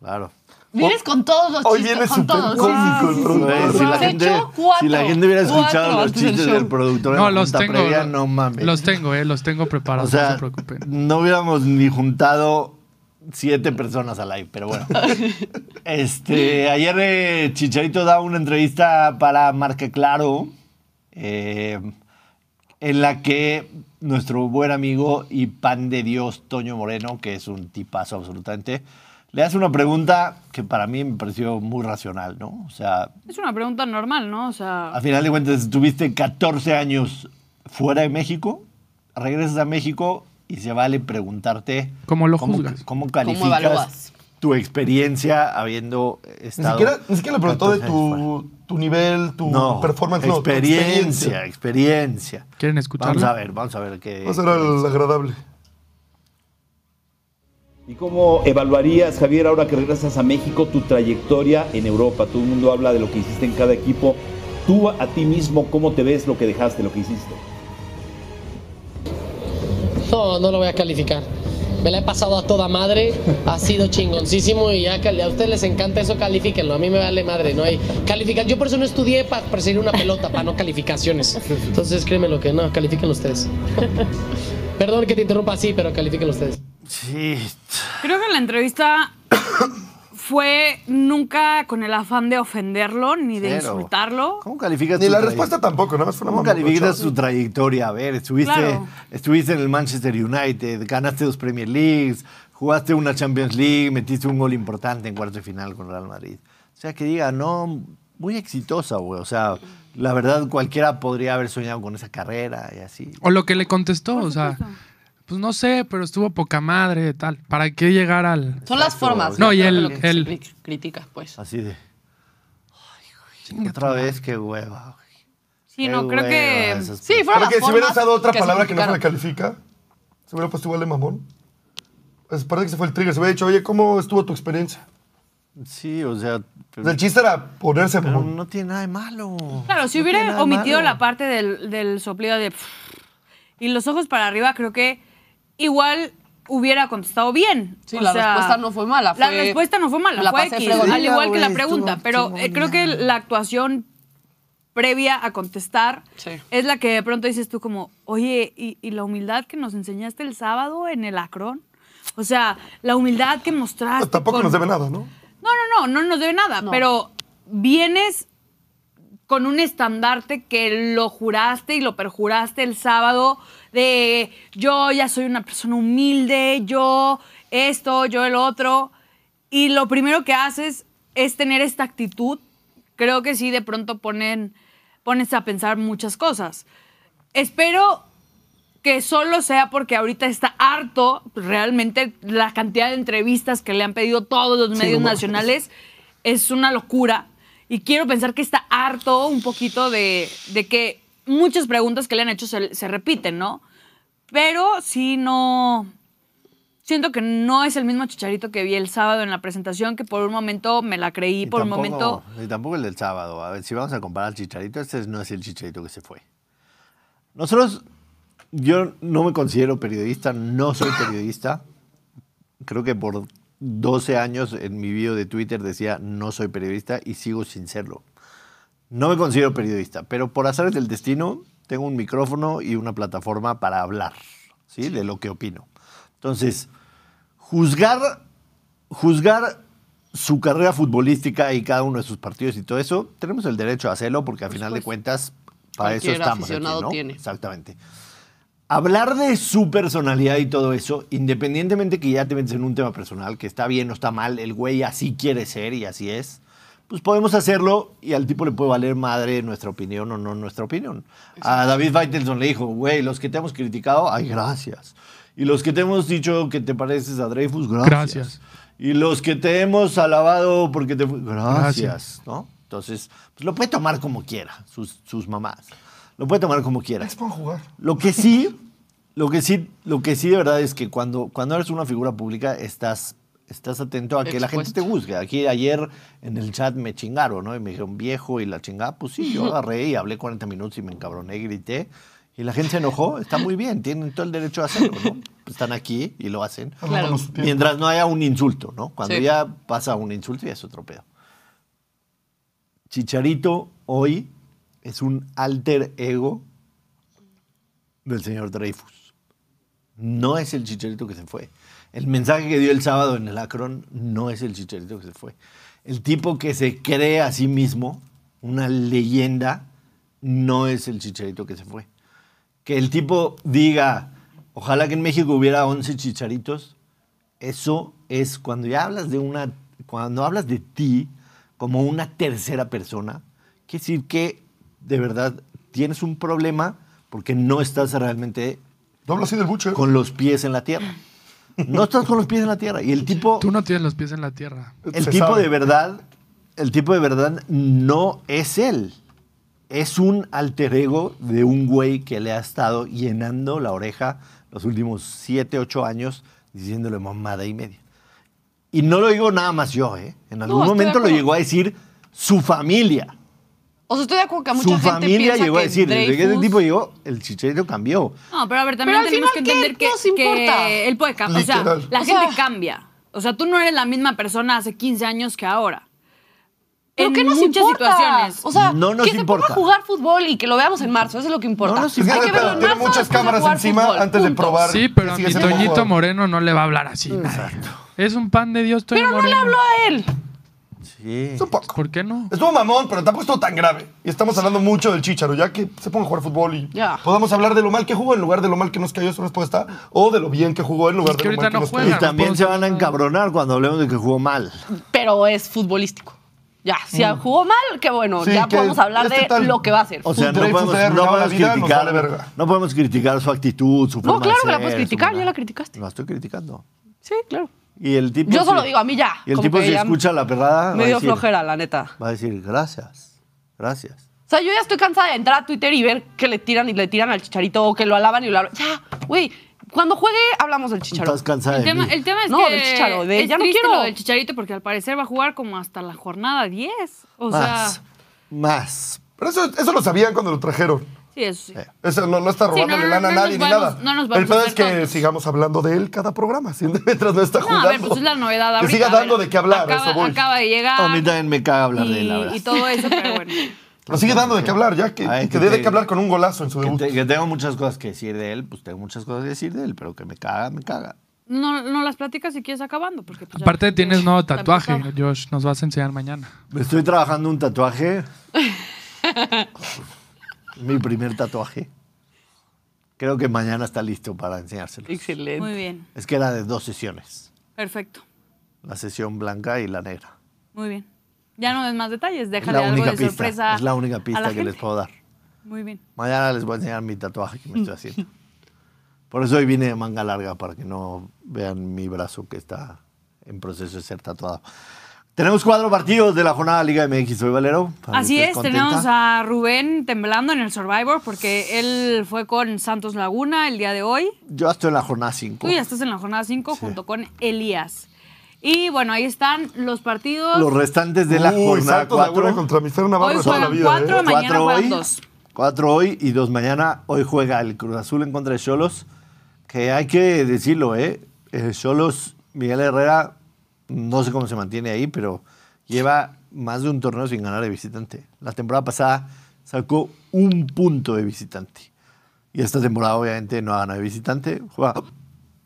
Speaker 1: claro.
Speaker 5: Vienes con todos los
Speaker 4: Hoy
Speaker 5: chistes,
Speaker 4: viene
Speaker 5: con
Speaker 4: súper
Speaker 5: todos. sí,
Speaker 4: cómico
Speaker 5: sí, sí,
Speaker 4: el
Speaker 5: sí.
Speaker 1: Güey, si, la
Speaker 5: Se
Speaker 1: gente,
Speaker 5: echó cuatro,
Speaker 1: si la gente hubiera escuchado
Speaker 5: cuatro
Speaker 1: los
Speaker 5: antes del
Speaker 1: chistes del,
Speaker 5: show.
Speaker 1: productor en
Speaker 2: No,
Speaker 1: la
Speaker 2: los
Speaker 1: junta
Speaker 2: tengo.
Speaker 1: previa,
Speaker 2: lo-
Speaker 1: no mames.
Speaker 2: Los tengo, eh, los tengo
Speaker 1: o
Speaker 2: preparados, no
Speaker 1: sea,
Speaker 2: se preocupen.
Speaker 1: no hubiéramos ni juntado siete personas al live, pero bueno. este, ayer eh, Chicharito da una entrevista para Marca Claro, eh, en la que nuestro buen amigo y pan de Dios, Toño Moreno, que es un tipazo absolutamente, le hace una pregunta que para mí me pareció muy racional, ¿no? O sea,
Speaker 3: Es una pregunta normal, ¿no? O sea.
Speaker 1: a final de cuentas, estuviste 14 años fuera de México, regresas a México y se vale preguntarte
Speaker 2: ¿Cómo lo
Speaker 1: cómo,
Speaker 2: juzgas?
Speaker 1: cómo
Speaker 5: ¿Cómo
Speaker 1: calificas
Speaker 5: evalúas?
Speaker 1: tu experiencia habiendo
Speaker 4: Ni
Speaker 1: estado.
Speaker 4: siquiera, ni siquiera le preguntó de
Speaker 1: 14 años fuera.
Speaker 4: tu, tu nivel, tu
Speaker 1: No,
Speaker 4: performance. no, tu
Speaker 1: experiencia, experiencia.
Speaker 2: ¿Quieren escucharlo?
Speaker 1: Vamos a ver, vamos a ver qué.
Speaker 4: Va a ser el agradable.
Speaker 6: ¿Y cómo evaluarías, Javier, ahora que regresas a México, tu trayectoria en Europa? Todo el mundo habla de lo que hiciste en cada equipo. Tú a ti mismo, ¿cómo te ves lo que dejaste, lo que hiciste?
Speaker 7: No, no lo voy a calificar. Me la he pasado a toda madre, ha sido chingoncísimo y ya cali- a ustedes les encanta eso, califíquenlo. A mí me vale madre, no hay calificar. Yo por eso no estudié para perseguir una pelota, para no calificaciones. Entonces créeme lo que no, califíquenlo ustedes. Perdón que te interrumpa así, pero califíquenlo ustedes.
Speaker 1: Sí.
Speaker 3: Creo que la entrevista fue nunca con el afán de ofenderlo ni de
Speaker 1: Cero.
Speaker 3: insultarlo.
Speaker 1: ¿Cómo calificas
Speaker 4: Ni
Speaker 1: tu
Speaker 4: la
Speaker 1: traje?
Speaker 4: respuesta tampoco, nada más fue una
Speaker 1: ¿Cómo
Speaker 4: mamada,
Speaker 1: calificas
Speaker 4: chao.
Speaker 1: su trayectoria? A ver, estuviste,
Speaker 3: Claro.
Speaker 1: estuviste en el Manchester United, ganaste dos Premier Leagues, jugaste una Champions League, metiste un gol importante en cuarto de final con Real Madrid. O sea, que diga, no, muy exitosa, güey. O sea, la verdad, cualquiera podría haber soñado con esa carrera y así.
Speaker 2: O lo que le contestó, o sea, pues no sé, pero estuvo poca madre, tal. ¿Para qué llegar al...?
Speaker 5: Son las formas.
Speaker 2: No, y
Speaker 5: creo que
Speaker 2: el-
Speaker 5: lo que se
Speaker 2: el-
Speaker 5: cri- critica, pues.
Speaker 1: Así de. "Ay, güey, Otra vez, qué hueva. güey.
Speaker 3: Sí,
Speaker 1: Qué
Speaker 3: no, creo
Speaker 1: hueva
Speaker 3: que.
Speaker 1: esas
Speaker 5: Sí, fueron
Speaker 4: Creo
Speaker 5: las
Speaker 4: que si
Speaker 5: formas
Speaker 4: hubiera usado otra
Speaker 5: se
Speaker 4: palabra que no se le
Speaker 5: criticaron.
Speaker 4: califica, se hubiera puesto igual de mamón. Pues parece que se fue el trigger. Se hubiera dicho, oye, ¿cómo estuvo tu experiencia?
Speaker 1: Sí, o sea.
Speaker 4: O
Speaker 1: pero-
Speaker 4: sea, el chiste era ponerse
Speaker 1: pero
Speaker 4: mamón.
Speaker 1: no tiene nada de malo.
Speaker 3: Claro, si
Speaker 1: No tiene nada
Speaker 3: hubiera
Speaker 1: de
Speaker 3: omitido
Speaker 1: malo.
Speaker 3: la parte del, del soplido de y los ojos para arriba, creo que igual hubiera contestado bien.
Speaker 5: Sí, la respuesta no fue mala,
Speaker 3: La
Speaker 5: fue-
Speaker 3: respuesta no fue mala,
Speaker 5: La
Speaker 3: fue
Speaker 5: pasé
Speaker 3: X,
Speaker 5: fregón.
Speaker 3: al igual que la
Speaker 1: Sí,
Speaker 3: pregunta.
Speaker 1: estuvo
Speaker 3: pero eh, creo que la actuación previa a contestar
Speaker 5: Sí.
Speaker 3: es la que de pronto dices tú como, oye, ¿y, y la humildad que nos enseñaste el sábado en el Acron? O sea, la humildad que mostraste.
Speaker 4: Pues tampoco
Speaker 3: con-
Speaker 4: nos debe nada, ¿no?
Speaker 3: no, no, no, no nos debe nada,
Speaker 5: No.
Speaker 3: pero vienes con un estandarte que lo juraste y lo perjuraste el sábado de yo ya soy una persona humilde, yo esto, yo el otro, y lo primero que haces es tener esta actitud, creo que sí de pronto ponen, pones a pensar muchas cosas. Espero que solo sea porque ahorita está harto realmente la cantidad de entrevistas que le han pedido todos los medios
Speaker 4: no mames.
Speaker 3: nacionales es una locura y quiero pensar que está harto un poquito de, de que muchas preguntas que le han hecho se, se repiten, ¿no? Pero sí no siento que no es el mismo chicharito que vi el sábado en la presentación que por un momento me la creí, por un momento
Speaker 1: Y tampoco el del sábado. A ver, si vamos a comparar al chicharito, este no es el chicharito que se fue. Nosotros, yo no me considero periodista, no soy periodista. Creo que por 12 años en mi video de Twitter decía no soy periodista y sigo sin serlo. No me considero periodista, pero por azares del destino, tengo un micrófono y una plataforma para hablar, ¿sí? De lo que opino. Entonces, juzgar, juzgar su carrera futbolística y cada uno de sus partidos y todo eso, tenemos el derecho a hacerlo porque a final de cuentas, para eso
Speaker 5: cualquier
Speaker 1: estamos. aquí,
Speaker 5: aficionado
Speaker 1: ¿no?
Speaker 5: tiene.
Speaker 1: Exactamente. Hablar de su personalidad y todo eso, independientemente que ya te metes en un tema personal, que está bien o está mal, el güey así quiere ser y así es, pues podemos hacerlo y al tipo le puede valer madre nuestra opinión o no nuestra opinión. A David Faitelson le dijo, güey, los que te hemos criticado, ay, gracias. Y los que te hemos dicho que te pareces a Dreyfus, gracias.
Speaker 2: Gracias.
Speaker 1: Y los que te hemos alabado porque te... fu- Gracias,
Speaker 2: Gracias.
Speaker 1: ¿no? Entonces, pues lo puede tomar como quiera, sus, sus mamás. Lo puede tomar como quiera.
Speaker 4: Es para jugar.
Speaker 1: Lo que sí, lo que sí, lo que sí de verdad es que cuando, cuando eres una figura pública estás, estás atento a que la gente te
Speaker 5: Expuesto.
Speaker 1: juzgue. Aquí ayer en el chat me chingaron, ¿no? Y me dijeron viejo y la chingada. Pues sí, yo agarré y hablé 40 minutos y me encabroné y grité. Y la gente se enojó. Está muy bien, tienen todo el derecho a hacerlo, ¿no? Pues Están aquí y lo hacen.
Speaker 5: Claro.
Speaker 4: Dándonos tiempo.
Speaker 1: Mientras no haya un insulto, ¿no? Cuando
Speaker 5: Sí.
Speaker 1: ya pasa un insulto ya es otro pedo. Chicharito hoy es un alter ego del señor Dreyfus. No es el chicharito que se fue. El mensaje que dio el sábado en el Acron no es el chicharito que se fue. El tipo que se cree a sí mismo, una leyenda, no es el chicharito que se fue. Que el tipo diga, ojalá que en México hubiera 11 chicharitos, eso es cuando ya hablas de una, cuando hablas de ti como una tercera persona, quiere decir que de verdad tienes un problema porque no estás realmente
Speaker 4: No hablo así del buche.
Speaker 1: con los pies en la tierra. No estás con los pies en la tierra. Y el tipo,
Speaker 2: Tú no tienes los pies en la tierra.
Speaker 1: el
Speaker 4: Se
Speaker 1: tipo
Speaker 4: sabe.
Speaker 1: de verdad, el tipo de verdad no es él. Es un alter ego de un güey que le ha estado llenando la oreja los últimos 7, 8 años diciéndole mamada y media. Y no lo digo nada más yo, ¿eh? En algún
Speaker 5: estoy de
Speaker 1: momento lo
Speaker 5: acuerdo.
Speaker 1: llegó a decir su familia.
Speaker 5: O sea, estoy de acuerdo que mucha
Speaker 1: Su
Speaker 5: gente
Speaker 1: familia
Speaker 5: piensa
Speaker 1: llegó
Speaker 5: que
Speaker 1: a decir, desde que ese
Speaker 5: Dreyfus-
Speaker 1: tipo llegó, el chicharito cambió.
Speaker 3: No, pero a ver, también
Speaker 5: Pero al
Speaker 3: tenemos que
Speaker 5: final,
Speaker 3: entender
Speaker 5: ¿qué
Speaker 3: que,
Speaker 5: nos importa?
Speaker 3: que él puede cambiar. O sea,
Speaker 4: Literal.
Speaker 3: la
Speaker 5: O
Speaker 3: gente
Speaker 5: sea-
Speaker 3: cambia. O sea, tú no eres la misma persona hace 15 años que ahora.
Speaker 5: ¿Pero
Speaker 3: en
Speaker 5: qué nos
Speaker 3: muchas
Speaker 5: importa?
Speaker 3: situaciones.
Speaker 5: O sea,
Speaker 1: No nos
Speaker 5: que se
Speaker 1: importa.
Speaker 5: ponga a jugar fútbol y que lo veamos en marzo, eso es lo que importa.
Speaker 1: No nos
Speaker 4: Es que
Speaker 5: Hay que verlo en
Speaker 4: tiene
Speaker 5: marzo
Speaker 4: muchas
Speaker 5: después de
Speaker 4: cámaras
Speaker 5: jugar
Speaker 4: encima
Speaker 5: fútbol,
Speaker 4: antes de
Speaker 5: punto.
Speaker 4: probar.
Speaker 2: Sí, pero a
Speaker 4: Sigue
Speaker 2: mi
Speaker 4: siendo buen
Speaker 2: Toñito
Speaker 4: jugador.
Speaker 2: Moreno no le va a hablar así. Es un pan de Dios, Toño
Speaker 5: Pero no le
Speaker 2: Moreno.
Speaker 5: habló a él.
Speaker 1: Sí.
Speaker 4: Es un poco.
Speaker 2: ¿Por qué no?
Speaker 4: Estuvo mamón, pero tampoco estuvo tan grave. Y estamos hablando mucho del chicharo, ya que se ponga a jugar fútbol y
Speaker 5: Ya.
Speaker 4: podamos hablar de lo mal que jugó en lugar de lo mal que nos cayó su respuesta o de lo bien que jugó en
Speaker 2: Es
Speaker 4: lugar
Speaker 2: que
Speaker 4: de
Speaker 2: ahorita
Speaker 4: lo mal que
Speaker 2: no
Speaker 4: nos
Speaker 2: juega.
Speaker 1: Y
Speaker 4: cayó.
Speaker 2: no
Speaker 1: también
Speaker 2: puedo
Speaker 1: se
Speaker 2: hacer
Speaker 1: van a
Speaker 2: nada.
Speaker 1: encabronar cuando hablemos de que jugó mal.
Speaker 5: Pero es futbolístico. Ya, si
Speaker 1: Mm.
Speaker 5: jugó mal, qué bueno,
Speaker 4: Sí,
Speaker 5: ya
Speaker 4: que
Speaker 5: podemos hablar
Speaker 4: este
Speaker 5: de
Speaker 4: tal-
Speaker 5: lo que va a hacer.
Speaker 1: O sea,
Speaker 4: Un
Speaker 1: no
Speaker 4: Dreyfus
Speaker 1: podemos,
Speaker 4: se ha
Speaker 1: no
Speaker 4: arruinado la
Speaker 1: podemos
Speaker 4: vida, nos vale
Speaker 1: criticar,
Speaker 4: verga.
Speaker 1: no podemos criticar su actitud, su forma de
Speaker 5: claro que la puedes
Speaker 1: ser, su
Speaker 5: criticar,
Speaker 1: manera.
Speaker 5: ya la criticaste.
Speaker 1: No estoy criticando.
Speaker 5: sí, claro.
Speaker 1: Y el tipo
Speaker 5: Yo solo
Speaker 1: si-
Speaker 5: digo, a mí ya.
Speaker 1: Y el
Speaker 5: como
Speaker 1: tipo
Speaker 5: que
Speaker 1: si
Speaker 5: ya
Speaker 1: escucha la perrada
Speaker 5: Me
Speaker 1: va, a
Speaker 5: dio
Speaker 1: decir,
Speaker 5: flojera, la neta.
Speaker 1: va a decir gracias, gracias.
Speaker 5: O sea, yo ya estoy cansada de entrar a Twitter y ver que le tiran y le tiran al chicharito o que lo alaban y lo alaban. Ya, güey, cuando juegue hablamos del chicharito.
Speaker 1: Estás cansada
Speaker 3: El
Speaker 1: de
Speaker 3: tema,
Speaker 1: mí.
Speaker 3: el tema es
Speaker 5: No,
Speaker 3: que
Speaker 5: del Chicharo, de
Speaker 3: es
Speaker 5: ya no
Speaker 3: triste
Speaker 5: quiero.
Speaker 3: lo del chicharito porque al parecer va a jugar como hasta la jornada 10. O
Speaker 1: más,
Speaker 3: sea,
Speaker 1: más.
Speaker 4: Pero eso, eso lo sabían cuando lo trajeron.
Speaker 3: sí, eso sí.
Speaker 4: Eso no, no está
Speaker 3: Sí, no,
Speaker 4: robándole
Speaker 3: no,
Speaker 4: lana
Speaker 3: no
Speaker 4: a nadie
Speaker 3: nos
Speaker 4: ni
Speaker 3: vamos-
Speaker 4: nada.
Speaker 3: no nos
Speaker 4: el
Speaker 3: vamos a
Speaker 4: pedo es
Speaker 3: hacer
Speaker 4: que
Speaker 3: tontos.
Speaker 4: sigamos hablando de él cada programa, [laughs] ¿sí? mientras no está
Speaker 3: No,
Speaker 4: jugando.
Speaker 3: a ver, pues es la novedad ahorita.
Speaker 4: Que siga
Speaker 3: a ver,
Speaker 4: dando de qué hablar,
Speaker 3: Acaba,
Speaker 4: a eso voy.
Speaker 3: acaba de llegar.
Speaker 1: A mí también me caga hablar de él, la
Speaker 3: y,
Speaker 1: verdad.
Speaker 3: y todo
Speaker 1: [laughs]
Speaker 3: eso, pero bueno.
Speaker 4: Pero sigue dando de qué hablar, ya que,
Speaker 1: Ay,
Speaker 4: que
Speaker 1: que
Speaker 4: dé de
Speaker 1: te-
Speaker 4: qué hablar con un golazo en su
Speaker 1: Que,
Speaker 4: debut.
Speaker 1: te- que tengo muchas cosas que decir de él, pues tengo muchas cosas que decir de él, pero que me caga, me caga.
Speaker 3: No, no las platicas si quieres acabando. Porque pues ya-
Speaker 2: Aparte tienes nuevo tatuaje,
Speaker 3: Tampoco.
Speaker 2: Josh. Nos vas a enseñar mañana.
Speaker 1: Me estoy trabajando un
Speaker 3: [laughs]
Speaker 1: tatuaje. Mi primer tatuaje. Creo que mañana está listo para enseñárselo.
Speaker 5: Excelente.
Speaker 3: Muy bien,
Speaker 1: Es que era de dos sesiones.
Speaker 3: perfecto.
Speaker 1: La sesión blanca y la negra.
Speaker 3: Muy bien. Ya no des más detalles,
Speaker 1: Es
Speaker 3: déjale
Speaker 1: la
Speaker 3: algo
Speaker 1: única
Speaker 3: de
Speaker 1: pista.
Speaker 3: sorpresa.
Speaker 1: Es la única
Speaker 3: a
Speaker 1: pista
Speaker 3: la
Speaker 1: que les
Speaker 3: gente.
Speaker 1: puedo dar.
Speaker 3: Muy bien.
Speaker 1: Mañana les voy a enseñar mi tatuaje que me estoy haciendo. Por eso hoy vine de manga larga, para que no vean mi brazo que está en proceso de ser tatuado. Tenemos cuatro partidos de la jornada Liga MX. Soy Valero. para que
Speaker 3: Así
Speaker 1: estés
Speaker 3: es,
Speaker 1: contenta.
Speaker 3: tenemos a Rubén temblando en el Survivor porque él fue con Santos Laguna el día de hoy.
Speaker 1: Yo estoy en la jornada 5.
Speaker 3: Tú ya estás en la jornada 5 junto con Elías. Y bueno, ahí están los partidos.
Speaker 1: Los restantes de la
Speaker 4: Uy,
Speaker 1: jornada
Speaker 4: Santos Laguna
Speaker 1: 4.
Speaker 4: contra Mister Navarro
Speaker 3: Hoy
Speaker 4: de toda la
Speaker 3: juegan
Speaker 4: vida.
Speaker 3: cuatro,
Speaker 4: ¿eh?
Speaker 3: ma- Mañana juegan
Speaker 1: hoy,
Speaker 3: dos.
Speaker 1: cuatro hoy y dos mañana. Hoy juega el Cruz Azul en contra de Cholos, que hay que decirlo, ¿eh? Eh, Cholos, Miguel Herrera, no sé cómo se mantiene ahí, pero lleva más de un torneo sin ganar de visitante. La temporada pasada sacó un punto de visitante. Y esta temporada obviamente no ha ganado de visitante. Juega-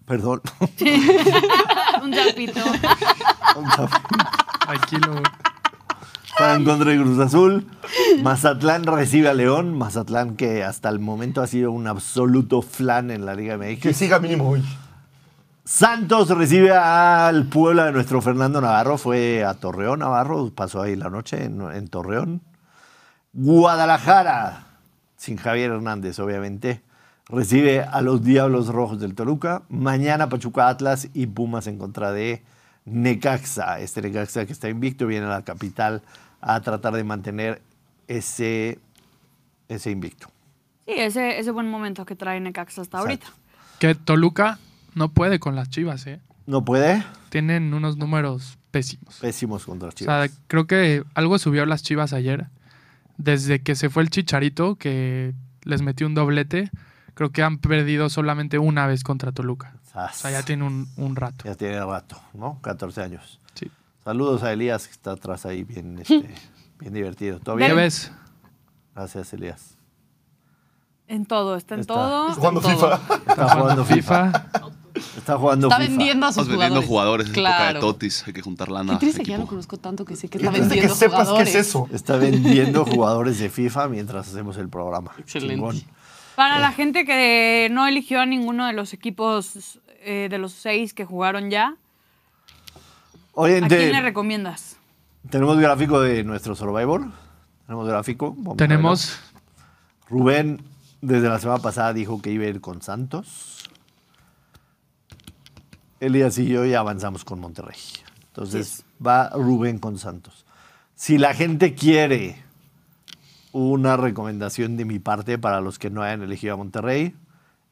Speaker 1: Perdón. [laughs]
Speaker 3: [laughs] Un chapito.
Speaker 2: Tranquilo, güey.
Speaker 1: Juega en contra de Cruz Azul. Mazatlán recibe a León. Mazatlán que hasta el momento ha sido un absoluto flan en la Liga MX.
Speaker 4: Que siga mínimo hoy.
Speaker 1: Santos recibe al Puebla de nuestro Fernando Navarro. Fue a Torreón, Navarro. Pasó ahí la noche en, en Torreón. Guadalajara, sin Javier Hernández, obviamente, recibe a los Diablos Rojos del Toluca. Mañana Pachuca Atlas y Pumas en contra de Necaxa. Este Necaxa que está invicto viene a la capital a tratar de mantener ese, ese invicto.
Speaker 3: Sí, ese, ese buen momento que trae Necaxa hasta ahorita.
Speaker 1: Exacto.
Speaker 2: Que Toluca no puede con las chivas, ¿eh?
Speaker 1: No puede.
Speaker 2: Tienen unos números pésimos.
Speaker 1: Pésimos contra
Speaker 2: O
Speaker 1: Chivas.
Speaker 2: sea, creo que algo subió las chivas ayer. Desde que se fue el Chicharito, que les metió un doblete, creo que han perdido solamente una vez contra Toluca. O sea, ya tiene un, un rato.
Speaker 1: Ya tiene rato, ¿no? 14 años.
Speaker 2: Sí.
Speaker 1: Saludos a Elías, que está atrás ahí, bien, este, bien divertido. ¿Todo
Speaker 2: ¿Qué
Speaker 1: bien?
Speaker 2: ves?
Speaker 1: Gracias, Elías.
Speaker 3: En todo, está en
Speaker 1: Está.
Speaker 3: todo.
Speaker 4: Jugando
Speaker 5: en todo.
Speaker 4: FIFA.
Speaker 1: Está jugando FIFA. [laughs] Está jugando
Speaker 5: Está
Speaker 1: FIFA.
Speaker 5: vendiendo a sus
Speaker 8: Estás vendiendo
Speaker 5: jugadores.
Speaker 8: jugadores, es época
Speaker 5: claro.
Speaker 8: de totis, hay que juntar lana.
Speaker 5: Qué triste que
Speaker 8: equipo.
Speaker 5: ya lo conozco tanto que sé que
Speaker 4: Qué
Speaker 5: está
Speaker 4: triste
Speaker 5: vendiendo
Speaker 4: que sepas qué
Speaker 5: jugadores.
Speaker 4: es eso.
Speaker 1: Está vendiendo jugadores de FIFA mientras hacemos el programa.
Speaker 5: Excelente.
Speaker 1: Chingón.
Speaker 3: Para la gente que no eligió a ninguno de los equipos eh, de los seis que jugaron ya,
Speaker 1: Oye,
Speaker 3: ¿a
Speaker 1: te-
Speaker 3: quién le recomiendas?
Speaker 1: tenemos gráfico de nuestro Survivor. Tenemos gráfico. Vamos a
Speaker 2: Tenemos
Speaker 1: verlo. Rubén, desde la semana pasada, dijo que iba a ir con Santos. Elías y yo ya avanzamos con Monterrey. Entonces va Rubén con Santos. Si la gente quiere una recomendación de mi parte para los que no hayan elegido a Monterrey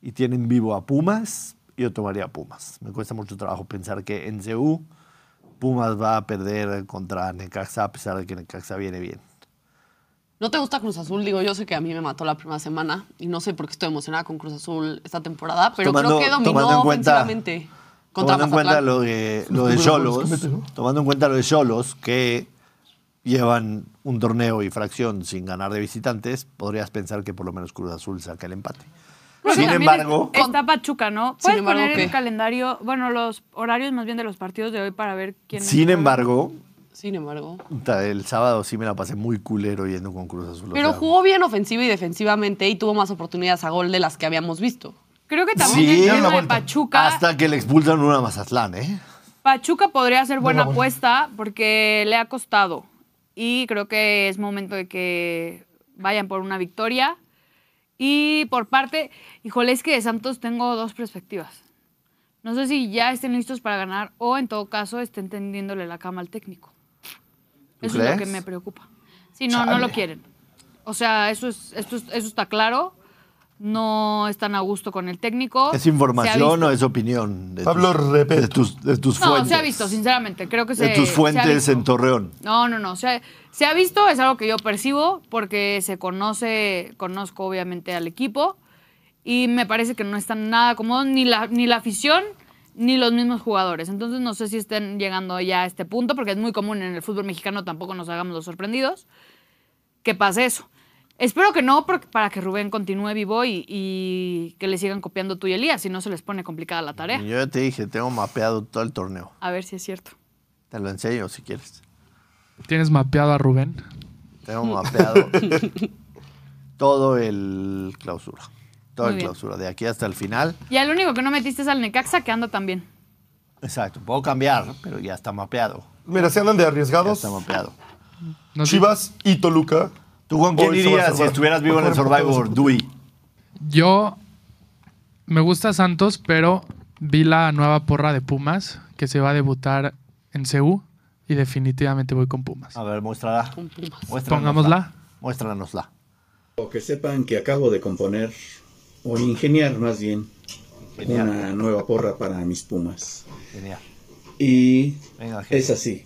Speaker 1: y tienen vivo a Pumas, yo tomaría a Pumas. Me cuesta mucho trabajo pensar que en CU Pumas va a perder contra Necaxa a pesar de que Necaxa viene bien.
Speaker 5: ¿No te gusta Cruz Azul? Digo, yo sé que a mí me mató la primera semana y no sé por qué estoy emocionada con Cruz Azul esta temporada, pero
Speaker 1: Tomando-
Speaker 5: creo que
Speaker 1: tomando en
Speaker 5: dominó
Speaker 1: cuenta-
Speaker 5: ofensivamente contra
Speaker 1: tomando en cuenta
Speaker 5: Mazatlán.
Speaker 1: lo de lo de [laughs]
Speaker 4: Los
Speaker 1: Xolos,
Speaker 4: que meten, ¿no?
Speaker 1: tomando en cuenta lo de Cholos que llevan un torneo y fracción sin ganar de visitantes, podrías pensar que por lo menos Cruz Azul saca el empate.
Speaker 3: Creo que
Speaker 1: Sin
Speaker 3: también
Speaker 1: embargo,
Speaker 3: es- Está Pachuca, ¿no?
Speaker 5: Sin
Speaker 3: Puedes
Speaker 5: embargo,
Speaker 3: poner el
Speaker 5: ¿qué?
Speaker 3: calendario, bueno, los horarios más bien de los partidos de hoy para ver quién.
Speaker 1: sin
Speaker 3: juega.
Speaker 1: embargo,
Speaker 5: Sin embargo.
Speaker 1: puta, el sábado sí me la pasé muy culero yendo con Cruz Azul. o
Speaker 5: Pero
Speaker 1: sea,
Speaker 5: jugó bien ofensiva y defensivamente y tuvo más oportunidades a gol de las que habíamos visto.
Speaker 3: Creo que también
Speaker 1: Sí,
Speaker 3: el
Speaker 4: dieron la
Speaker 3: tema de
Speaker 4: vuelta.
Speaker 3: Pachuca.
Speaker 1: hasta que le expulsan una a Mazatlán, ¿eh?
Speaker 3: Pachuca podría ser buena
Speaker 4: la vuelta.
Speaker 3: apuesta porque le ha costado. Y creo que es momento de que vayan por una victoria. Y por parte, híjole, es que de Santos tengo dos perspectivas. No sé si ya estén listos para ganar o en todo caso estén tendiéndole la cama al técnico.
Speaker 1: ¿Tú
Speaker 3: Eso es lo
Speaker 1: crees?
Speaker 3: que me preocupa. Si no, no lo
Speaker 1: Chale.
Speaker 3: quieren. O sea, eso, es, esto es- eso está claro. No están a gusto con el técnico.
Speaker 1: ¿Es
Speaker 3: Se ha
Speaker 1: información
Speaker 3: visto-
Speaker 1: o es opinión? De
Speaker 4: Pablo
Speaker 1: tus,
Speaker 4: Repeto.
Speaker 1: de tus, de tus
Speaker 3: No,
Speaker 1: fuentes.
Speaker 3: se ha visto, sinceramente. Creo que se.
Speaker 1: de tus
Speaker 3: se ha
Speaker 1: fuentes
Speaker 3: visto.
Speaker 1: en Torreón.
Speaker 3: No, no, no. Se ha, se ha visto, es algo que yo percibo porque se conoce, conozco obviamente al equipo y me parece que no están nada cómodos ni la, ni la afición ni los mismos jugadores. Entonces no sé si estén llegando ya a este punto porque es muy común en el fútbol mexicano, tampoco nos hagamos los sorprendidos, que pase eso. Espero que no porque- para que Rubén continúe vivo y, y que le sigan copiando tú y Elías, si no se les pone complicada la
Speaker 1: Y
Speaker 3: tarea.
Speaker 1: Yo ya te dije, tengo mapeado todo el torneo.
Speaker 3: A ver si es cierto.
Speaker 1: Te lo enseño si quieres.
Speaker 2: ¿Tienes mapeado a Rubén?
Speaker 1: Tengo mapeado
Speaker 3: [laughs]
Speaker 1: todo el clausura. Todo
Speaker 3: Muy
Speaker 1: el
Speaker 3: bien.
Speaker 1: clausura, de aquí hasta el final.
Speaker 3: Y al único que no metiste es al Necaxa, que anda también.
Speaker 1: Exacto, puedo cambiar, pero ya está mapeado.
Speaker 4: Mira, se andan de
Speaker 1: Ya
Speaker 4: arriesgados.
Speaker 1: está mapeado.
Speaker 2: No sé.
Speaker 4: Chivas y Toluca.
Speaker 1: ¿Tú con quién
Speaker 4: Hoy se va a
Speaker 1: irías si
Speaker 4: salvar.
Speaker 1: estuvieras vivo en el
Speaker 4: Por favor, por
Speaker 1: Survivor,
Speaker 4: favor.
Speaker 1: Dewey?
Speaker 2: Yo me gusta Santos, pero vi la nueva porra de Pumas que se va a debutar en CU y definitivamente voy con Pumas.
Speaker 1: A ver, muéstrala. Muéstranosla.
Speaker 2: Pongámosla.
Speaker 1: Muéstranosla.
Speaker 9: O que sepan que acabo de componer, o ingeniar más bien, una nueva porra para mis pumas.
Speaker 1: Genial.
Speaker 9: Y
Speaker 1: Venga, jefe.
Speaker 9: es así.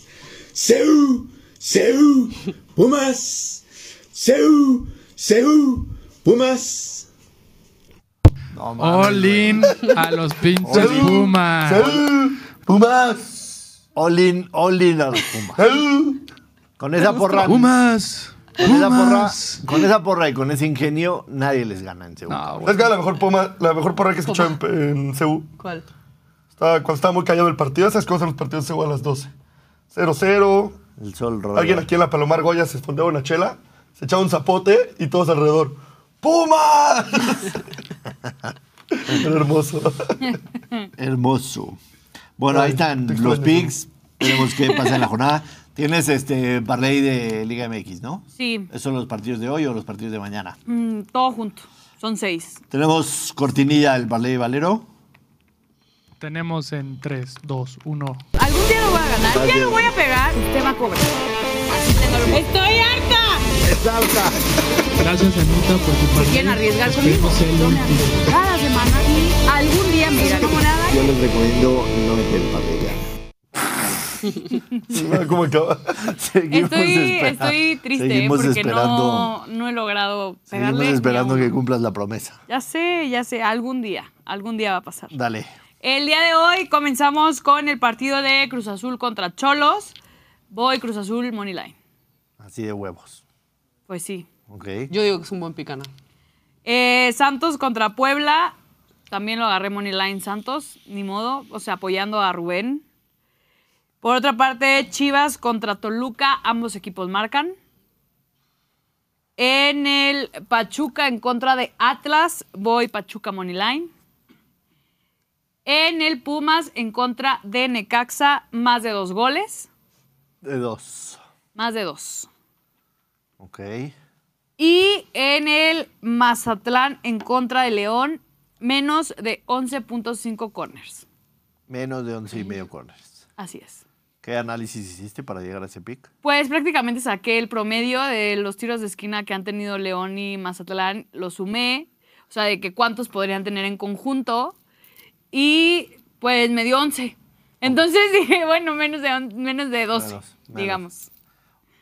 Speaker 9: ¡Seu! ¡Seu! ¡Pumas! ¡Seu! ¡Seu! ¡Pumas!
Speaker 1: No, mames, güey.
Speaker 2: Olin a [laughs] los pinches
Speaker 4: Olin.
Speaker 2: Pumas.
Speaker 4: ¡Sel! ¡Pumas!
Speaker 1: All in, all in a los Pumas.
Speaker 4: ¡Sel!
Speaker 1: Con esa porra.
Speaker 2: Pumas.
Speaker 1: Con esa, porra,
Speaker 2: Pumas.
Speaker 1: con esa porra y con ese ingenio, nadie les gana en seguro.
Speaker 2: No,
Speaker 4: ¿Sabes
Speaker 2: güey.
Speaker 4: cuál es la mejor, poma, la mejor porra que he escuchado en, en CU?
Speaker 5: ¿Cuál?
Speaker 4: Estaba- cuando estaba muy callado el partido, esas cosas los partidos de CU a las 12. 0-0.
Speaker 1: El sol roba.
Speaker 4: Alguien aquí en la Palomar Goya se espondeaba una chela, se echaba un zapote y todos alrededor.
Speaker 1: [laughs]
Speaker 4: ¡Pumas! Era hermoso.
Speaker 1: Hermoso. Bueno,
Speaker 4: Ay,
Speaker 1: ahí están
Speaker 4: te
Speaker 1: los
Speaker 4: extraño,
Speaker 1: picks. Tenemos que pasar en la jornada. Tienes este parlay de Liga MX, ¿no?
Speaker 3: Sí,
Speaker 1: ¿Esos son los partidos de hoy o los partidos de mañana?
Speaker 3: mm, todo junto. Son seis.
Speaker 1: Tenemos cortinilla el parlay de Valero.
Speaker 2: Tenemos en 3, 2, 1.
Speaker 3: Algún día lo voy a ganar. Algún día lo voy a pegar. Usted va a cobrar. Así tengo lo- Estoy harta.
Speaker 2: Gracias, Anita, por tu parte.
Speaker 3: ¿Quieren arriesgar conmigo? Yo me arriesgo cada semana y algún día me irá como nada.
Speaker 8: Yo les recomiendo no meter el papel
Speaker 1: [laughs]
Speaker 8: ya.
Speaker 4: ¿Cómo acaba?
Speaker 1: Seguimos
Speaker 3: Estoy,
Speaker 1: espera-
Speaker 3: estoy triste ¿eh?
Speaker 1: seguimos
Speaker 3: porque
Speaker 1: esperando,
Speaker 3: no, no he logrado pegarle.
Speaker 1: Seguimos
Speaker 3: ni a
Speaker 1: esperando
Speaker 3: uno.
Speaker 1: que cumplas la promesa.
Speaker 3: Ya sé, ya sé, algún día, algún día va a pasar.
Speaker 1: Dale.
Speaker 3: El día de hoy comenzamos con el partido de Cruz Azul contra Cholos. Voy Cruz Azul Moneyline.
Speaker 1: Así de huevos.
Speaker 3: Pues sí.
Speaker 1: Ok.
Speaker 5: Yo digo que es un buen picana.
Speaker 3: Eh, Santos contra Puebla. También lo agarré Moneyline Santos, ni modo, o sea, apoyando a Rubén. Por otra parte, Chivas contra Toluca, ambos equipos marcan. En el Pachuca en contra de Atlas, voy Pachuca Moneyline. En el Pumas en contra de Necaxa, más de dos goles,
Speaker 1: De dos.
Speaker 3: más de dos.
Speaker 1: Ok.
Speaker 3: Y en el Mazatlán en contra de León, menos de 11.5 corners.
Speaker 1: Menos de once y medio corners.
Speaker 3: Así es.
Speaker 1: ¿Qué análisis hiciste para llegar a ese pick?
Speaker 3: Pues prácticamente saqué el promedio de los tiros de esquina que han tenido León y Mazatlán, lo sumé, o sea, de que cuántos podrían tener en conjunto, y pues me dio 11. Entonces [laughs] dije, bueno, menos de, on- menos de 12,
Speaker 1: Menos, menos.
Speaker 3: digamos.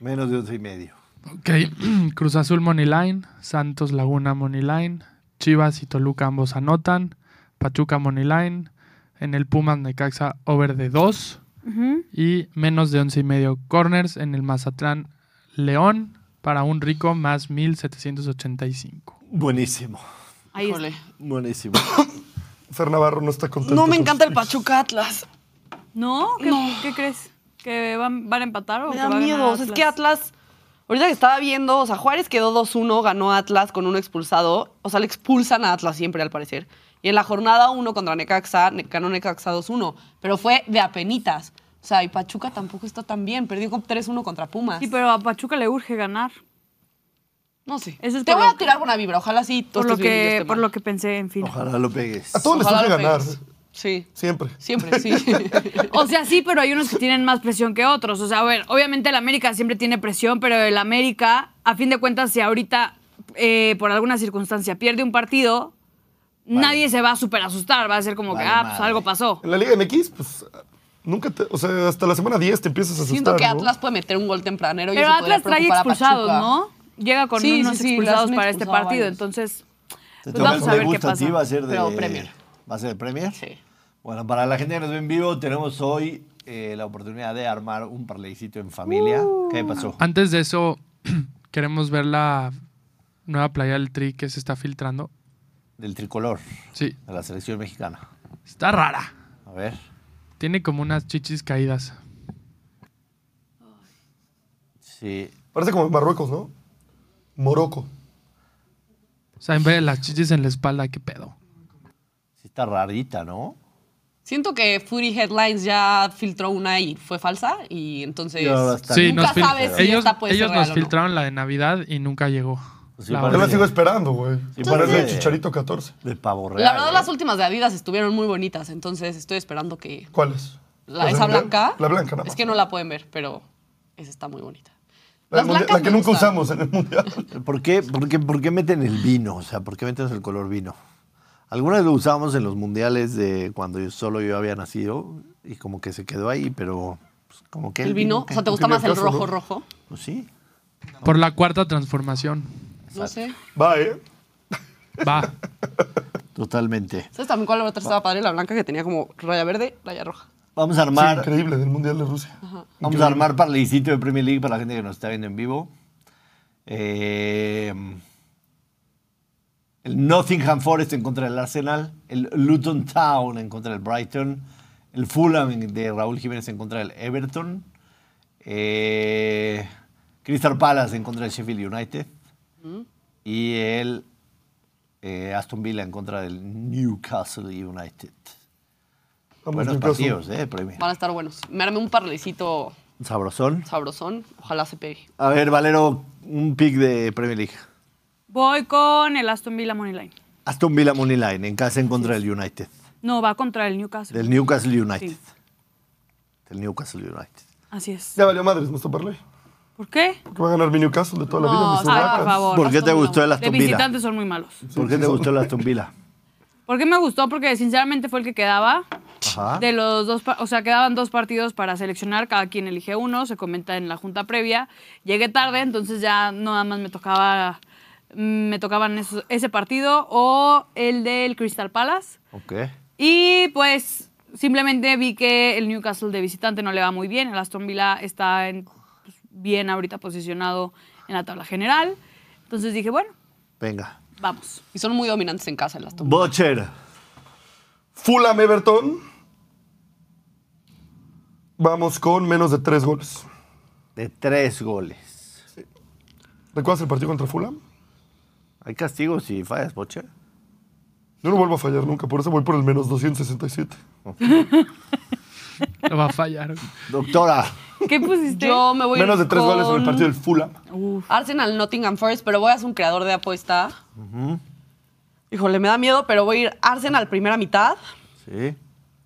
Speaker 1: Menos de once y medio.
Speaker 2: Ok, [clears throat] Cruz Azul Moneyline, Santos Laguna Moneyline, Chivas y Toluca ambos anotan, Pachuca Moneyline, en el Pumas Necaxa over de 2
Speaker 3: Ujú.
Speaker 2: y menos de 11 y medio corners en el Mazatlán León para un rico más 1785.
Speaker 1: Buenísimo.
Speaker 3: Ahí está.
Speaker 5: Híjole.
Speaker 3: [laughs]
Speaker 1: Buenísimo.
Speaker 4: Fer Navarro no está contento.
Speaker 5: No me
Speaker 4: con-
Speaker 5: encanta el Pachuca Atlas.
Speaker 3: ¿No? ¿Qué, qué crees? ¿Que van, van a empatar o
Speaker 5: Me
Speaker 3: que
Speaker 5: da
Speaker 3: va a ganar
Speaker 5: miedo. O sea, es que Atlas. Ahorita que estaba viendo, o sea, Juárez quedó 2-1, ganó Atlas con uno expulsado. O sea, le expulsan a Atlas siempre, al parecer. Y en la jornada 1 contra Necaxa, ne- ganó Necaxa 2-1. Pero fue de apenitas. O sea, y Pachuca tampoco está tan bien. Perdió con 3-1 contra Pumas.
Speaker 3: Sí, pero a Pachuca le urge ganar.
Speaker 5: No sé.
Speaker 3: Eso es
Speaker 5: Te
Speaker 3: por
Speaker 5: voy
Speaker 3: lo
Speaker 5: a
Speaker 3: que-
Speaker 5: tirar buena vibra. Ojalá sí. tú
Speaker 3: Por lo,
Speaker 5: estés bien y yo
Speaker 3: que,
Speaker 5: esté
Speaker 3: por
Speaker 5: mal.
Speaker 3: lo que pensé, en fin.
Speaker 1: Ojalá lo pegues.
Speaker 4: A todos les
Speaker 5: Ojalá
Speaker 4: toca
Speaker 5: lo
Speaker 4: ganar.
Speaker 5: pegues. Sí.
Speaker 4: Siempre. [laughs]
Speaker 5: Siempre, sí.
Speaker 3: O sea, sí, pero hay unos que tienen más presión que otros. O sea, a ver, obviamente el América siempre tiene presión, pero el América, a fin de cuentas, si ahorita eh, por alguna circunstancia pierde un partido, nadie se va a super asustar. Va a ser como
Speaker 1: Vale,
Speaker 3: que, ah, pues
Speaker 1: madre.
Speaker 3: algo pasó.
Speaker 4: En la Liga MX, pues nunca te. O sea, hasta la semana 10 te empiezas a asustar.
Speaker 5: Siento que
Speaker 4: ¿no?
Speaker 5: Atlas puede meter un gol tempranero. y
Speaker 3: Pero
Speaker 5: eso podría
Speaker 3: Atlas trae
Speaker 5: preocupar a
Speaker 3: expulsados,
Speaker 5: Pachuca.
Speaker 3: ¿no? Llega con
Speaker 5: Sí,
Speaker 3: unos
Speaker 5: sí, sí,
Speaker 3: expulsados
Speaker 5: las han
Speaker 3: para este
Speaker 5: expulsado
Speaker 3: partido.
Speaker 5: varios.
Speaker 3: Entonces, pues
Speaker 1: Te
Speaker 3: vamos
Speaker 1: toca-
Speaker 3: a
Speaker 1: ¿Te
Speaker 3: ver qué
Speaker 1: gusta a ti? ¿Va a
Speaker 3: pasa.
Speaker 1: ser de
Speaker 5: Pero Premier.
Speaker 1: ¿Va a ser de Premier?
Speaker 5: Sí.
Speaker 1: Bueno, para la gente que nos ve en vivo, tenemos hoy eh, la oportunidad de armar un parleycito en familia.
Speaker 3: Uh.
Speaker 1: ¿Qué pasó?
Speaker 2: Antes de eso, [clears throat] queremos ver la nueva playa del Tri que se está filtrando.
Speaker 1: Del tricolor
Speaker 2: Sí,
Speaker 1: de la selección mexicana.
Speaker 2: está rara.
Speaker 1: A ver.
Speaker 2: Tiene como unas chichis caídas.
Speaker 1: Sí.
Speaker 4: Parece como en Marruecos, ¿no? Morocco.
Speaker 2: O sea, en vez de las chichis en la espalda, qué pedo.
Speaker 1: Sí está rarita, ¿no?
Speaker 5: Siento que Fury Headlines ya filtró una y fue falsa y entonces
Speaker 1: Y ahora está
Speaker 2: Sí,
Speaker 1: bien.
Speaker 5: nunca
Speaker 2: nos fil-
Speaker 5: sabes si
Speaker 2: ellos,
Speaker 5: esta puede
Speaker 2: ellos
Speaker 5: ser
Speaker 2: nos
Speaker 5: real o no.
Speaker 2: filtraron la de Navidad y nunca llegó.
Speaker 1: Sí, parece
Speaker 2: La
Speaker 4: Yo la
Speaker 2: verdad.
Speaker 4: sigo esperando, güey.
Speaker 1: Sí,
Speaker 4: Parece
Speaker 1: parece-
Speaker 4: el Chicharito 14.
Speaker 1: De pavo real.
Speaker 5: La verdad
Speaker 1: ¿eh?
Speaker 5: las últimas de Adidas estuvieron muy bonitas, entonces estoy esperando que
Speaker 4: ¿Cuál es?
Speaker 5: la, esa blanca.
Speaker 4: La blanca, nada más.
Speaker 5: Es que no la pueden ver, pero esa está muy bonita.
Speaker 4: La, del
Speaker 5: Las
Speaker 4: mundial-
Speaker 5: blancas
Speaker 4: la que
Speaker 5: me
Speaker 4: nunca
Speaker 5: gustan.
Speaker 4: usamos en el
Speaker 1: [laughs]
Speaker 4: mundial.
Speaker 1: ¿Por qué, por, qué, por qué meten el vino? O sea, ¿por qué metemos el color vino? Alguna vez lo usábamos en los mundiales de cuando yo, solo yo había nacido y como que se quedó ahí, pero pues, como que...
Speaker 5: El vino, o sea, ¿te gusta
Speaker 4: Tiene
Speaker 5: más el
Speaker 4: caso, ¿no?
Speaker 5: rojo rojo?
Speaker 1: Pues sí.
Speaker 2: Por la cuarta transformación.
Speaker 5: No sé.
Speaker 4: Va, ¿eh?
Speaker 2: Va.
Speaker 1: Totalmente.
Speaker 5: ¿Sabes también cuál otra estaba padre? La blanca que tenía como raya verde, raya roja.
Speaker 1: Vamos a
Speaker 4: Sí,
Speaker 1: armar,
Speaker 4: increíble, del mundial de Rusia.
Speaker 1: vamos a armar parleycito de Premier League para la gente que nos está viendo en vivo. eh, el Nottingham Forest en contra del Arsenal, el Luton Town en contra del Brighton, el Fulham de Raúl Jiménez en contra del Everton, eh, Crystal Palace en contra del Sheffield United y el eh, Aston Villa en contra del Newcastle United.
Speaker 4: Vamos,
Speaker 1: Buenos
Speaker 4: Newcastle.
Speaker 1: partidos, ¿eh? Premier.
Speaker 5: Van a estar buenos. Me armé un parlecito
Speaker 1: Sabrosón.
Speaker 5: sabrosón. Ojalá se pegue.
Speaker 1: A ver, Valero, un pick de Premier League.
Speaker 3: Voy con el Aston Villa Moneyline.
Speaker 1: Aston Villa Money Line en casa en contra del United.
Speaker 3: No, va contra el Newcastle.
Speaker 1: Del Newcastle United.
Speaker 3: Sí.
Speaker 1: Del Newcastle United.
Speaker 3: Así es.
Speaker 4: Ya valió madres, no está parley.
Speaker 3: ¿Por qué?
Speaker 4: Porque va a ganar mi Newcastle de toda la vida.
Speaker 5: No,
Speaker 4: mis
Speaker 5: o sea,
Speaker 4: huracas.
Speaker 3: por favor.
Speaker 1: ¿Por qué te
Speaker 3: Villa.
Speaker 1: gustó el Aston
Speaker 3: De
Speaker 1: Villa?
Speaker 3: visitantes son muy malos.
Speaker 1: ¿Por qué te gustó el Aston
Speaker 5: [laughs]
Speaker 1: Villa?
Speaker 3: ¿Por qué me gustó? Porque sinceramente fue el que quedaba.
Speaker 1: Ajá.
Speaker 3: De los dos, pa- o sea, quedaban dos partidos para seleccionar, cada quien elige uno, se comenta en la junta previa. Llegué tarde, entonces ya nada más me tocaba me tocaban esos- ese partido o el del Crystal Palace.
Speaker 1: Ok.
Speaker 3: Y pues simplemente vi que el Newcastle de visitante no le va muy bien. El Aston Villa está en, pues, bien ahorita posicionado en la tabla general. Entonces dije, bueno,
Speaker 1: Venga.
Speaker 3: vamos.
Speaker 5: Y son muy dominantes en casa en las tomas.
Speaker 1: Bocher.
Speaker 4: Fulham Everton. Vamos con menos de tres goles.
Speaker 1: De tres goles.
Speaker 4: ¿Recuerdas el partido contra Fulham?
Speaker 1: ¿Hay castigo si fallas, Bocher?
Speaker 4: Yo no vuelvo a fallar nunca, por eso voy por el menos 267.
Speaker 2: Lo va a fallar.
Speaker 1: Doctora.
Speaker 3: ¿Qué pusiste?
Speaker 5: Yo me voy
Speaker 4: Menos de tres
Speaker 5: con
Speaker 4: goles en el partido del Fulham.
Speaker 5: Arsenal Nottingham Forest, pero voy a ser un creador de apuesta. Híjole, me da miedo, pero voy a ir Arsenal primera mitad
Speaker 1: Sí.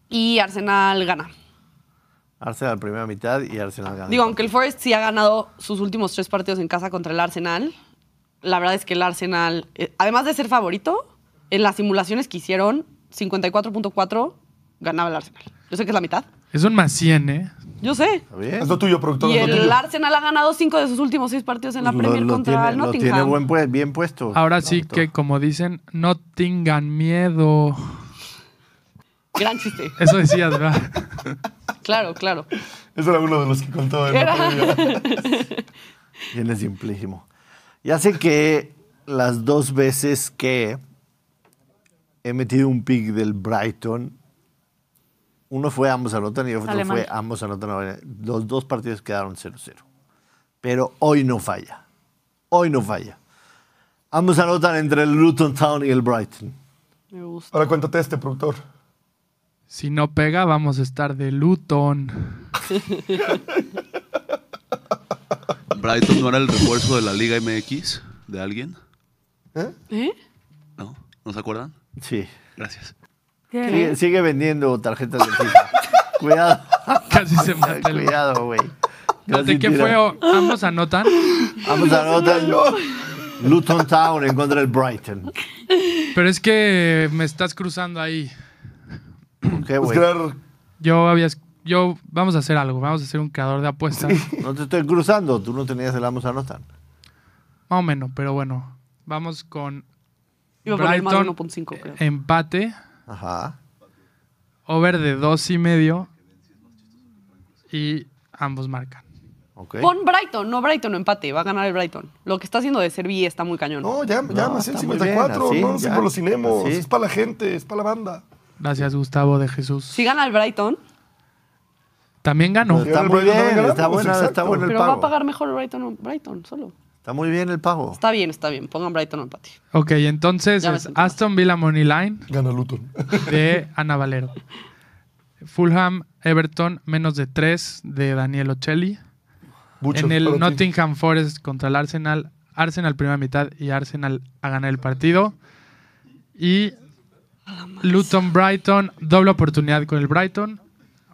Speaker 5: y Arsenal gana.
Speaker 1: Arsenal primera mitad y Arsenal gana.
Speaker 5: Digo, aunque el Forest sí ha ganado sus últimos tres partidos en casa contra el Arsenal, la verdad es que el Arsenal, eh, además de ser favorito, en las simulaciones que hicieron, 54.4 ganaba el Arsenal. Yo sé que es la mitad.
Speaker 2: Es un más 100, ¿eh?
Speaker 5: Yo sé.
Speaker 1: ¿Está bien?
Speaker 4: Es lo tuyo, productor.
Speaker 5: Y
Speaker 4: es lo tuyo.
Speaker 5: el Arsenal ha ganado cinco de sus últimos seis partidos en la
Speaker 1: Lo-
Speaker 5: Premier
Speaker 1: lo
Speaker 5: contra
Speaker 1: tiene-
Speaker 5: el
Speaker 1: lo
Speaker 5: Nottingham.
Speaker 1: tiene buen pue- bien puesto.
Speaker 2: Ahora sí que, como dicen, no tengan miedo.
Speaker 5: Gran chiste.
Speaker 2: Eso decías, ¿verdad?
Speaker 1: [laughs]
Speaker 5: Claro, claro.
Speaker 4: Ese era uno de los que contaba. en la
Speaker 5: Era-
Speaker 4: previa.
Speaker 1: Viene simplísimo. Ya sé que las dos veces que he metido un pick del Brighton, uno fue ambos anotan y otro
Speaker 3: Sale
Speaker 1: fue
Speaker 3: mal.
Speaker 1: ambos anotan. Los dos partidos quedaron 0-0. Pero hoy no falla. Hoy no falla. Ambos anotan entre el Luton Town y el Brighton.
Speaker 5: Me gusta.
Speaker 4: Ahora cuéntate este, productor.
Speaker 2: Si no pega, vamos a estar de Luton.
Speaker 10: ¿Brighton no era el refuerzo de la Liga MX de alguien?
Speaker 4: ¿Eh?
Speaker 5: ¿Eh?
Speaker 10: ¿No? ¿No se acuerdan?
Speaker 1: Sí.
Speaker 10: Gracias.
Speaker 3: ¿Qué?
Speaker 1: Sigue, sigue vendiendo tarjetas de FIFA. Cuidado.
Speaker 2: Casi se mata el...
Speaker 1: Cuidado, güey.
Speaker 2: ¿De qué fue? o- Ambos anotan.
Speaker 1: Vamos a anotar Luton Town en contra del Brighton.
Speaker 2: Pero es que me estás cruzando ahí.
Speaker 1: Qué
Speaker 4: Es
Speaker 1: güey.
Speaker 4: crear
Speaker 2: Yo había... Yo... Vamos a hacer algo. Vamos a hacer un creador de apuestas.
Speaker 1: No te estoy cruzando. Tú no tenías el Vamos a anotar.
Speaker 2: Más o menos, pero bueno. Vamos con
Speaker 5: Iba a poner más de
Speaker 2: Brighton,
Speaker 5: 1.5,
Speaker 1: Eh,
Speaker 5: creo.
Speaker 2: empate.
Speaker 1: Ajá.
Speaker 2: Over de dos y medio. Y ambos marcan.
Speaker 1: Ok.
Speaker 5: Pon Brighton, no Brighton, no empate, va a ganar el Brighton. Lo que está haciendo de Servi está muy cañón.
Speaker 4: No, ya, ya
Speaker 1: No,
Speaker 4: más el
Speaker 1: está muy
Speaker 4: 54.
Speaker 1: bien, así,
Speaker 4: no, sí,
Speaker 1: ya.
Speaker 4: por los cinemos.
Speaker 1: Así.
Speaker 4: Es para la gente, es para la banda.
Speaker 2: Gracias, Gustavo de Jesús.
Speaker 5: Si gana el Brighton,
Speaker 2: También ganó.
Speaker 1: Está
Speaker 4: el
Speaker 1: muy
Speaker 4: Brighton
Speaker 1: bien.
Speaker 4: ganamos,
Speaker 1: Está bueno, está
Speaker 4: exacto.
Speaker 1: bueno el
Speaker 5: pero va a
Speaker 1: pago.
Speaker 5: pagar mejor el Brighton, o- Brighton solo.
Speaker 1: Está muy bien el pago.
Speaker 5: Está bien, está bien. Pongan Brighton o empate.
Speaker 2: Ok, entonces
Speaker 5: Ya me
Speaker 2: es
Speaker 5: sentí más.
Speaker 2: Aston Villa Money Line
Speaker 4: Gana Luton.
Speaker 5: [laughs]
Speaker 2: de Ana Valero. Fulham, Everton, menos de 3 de Daniel Ocelli.
Speaker 4: Mucho,
Speaker 2: en
Speaker 4: para
Speaker 2: el
Speaker 4: ti.
Speaker 2: Nottingham Forest contra el Arsenal. Arsenal primera mitad y Arsenal a ganar el partido. Y Luton Brighton, doble oportunidad con el Brighton.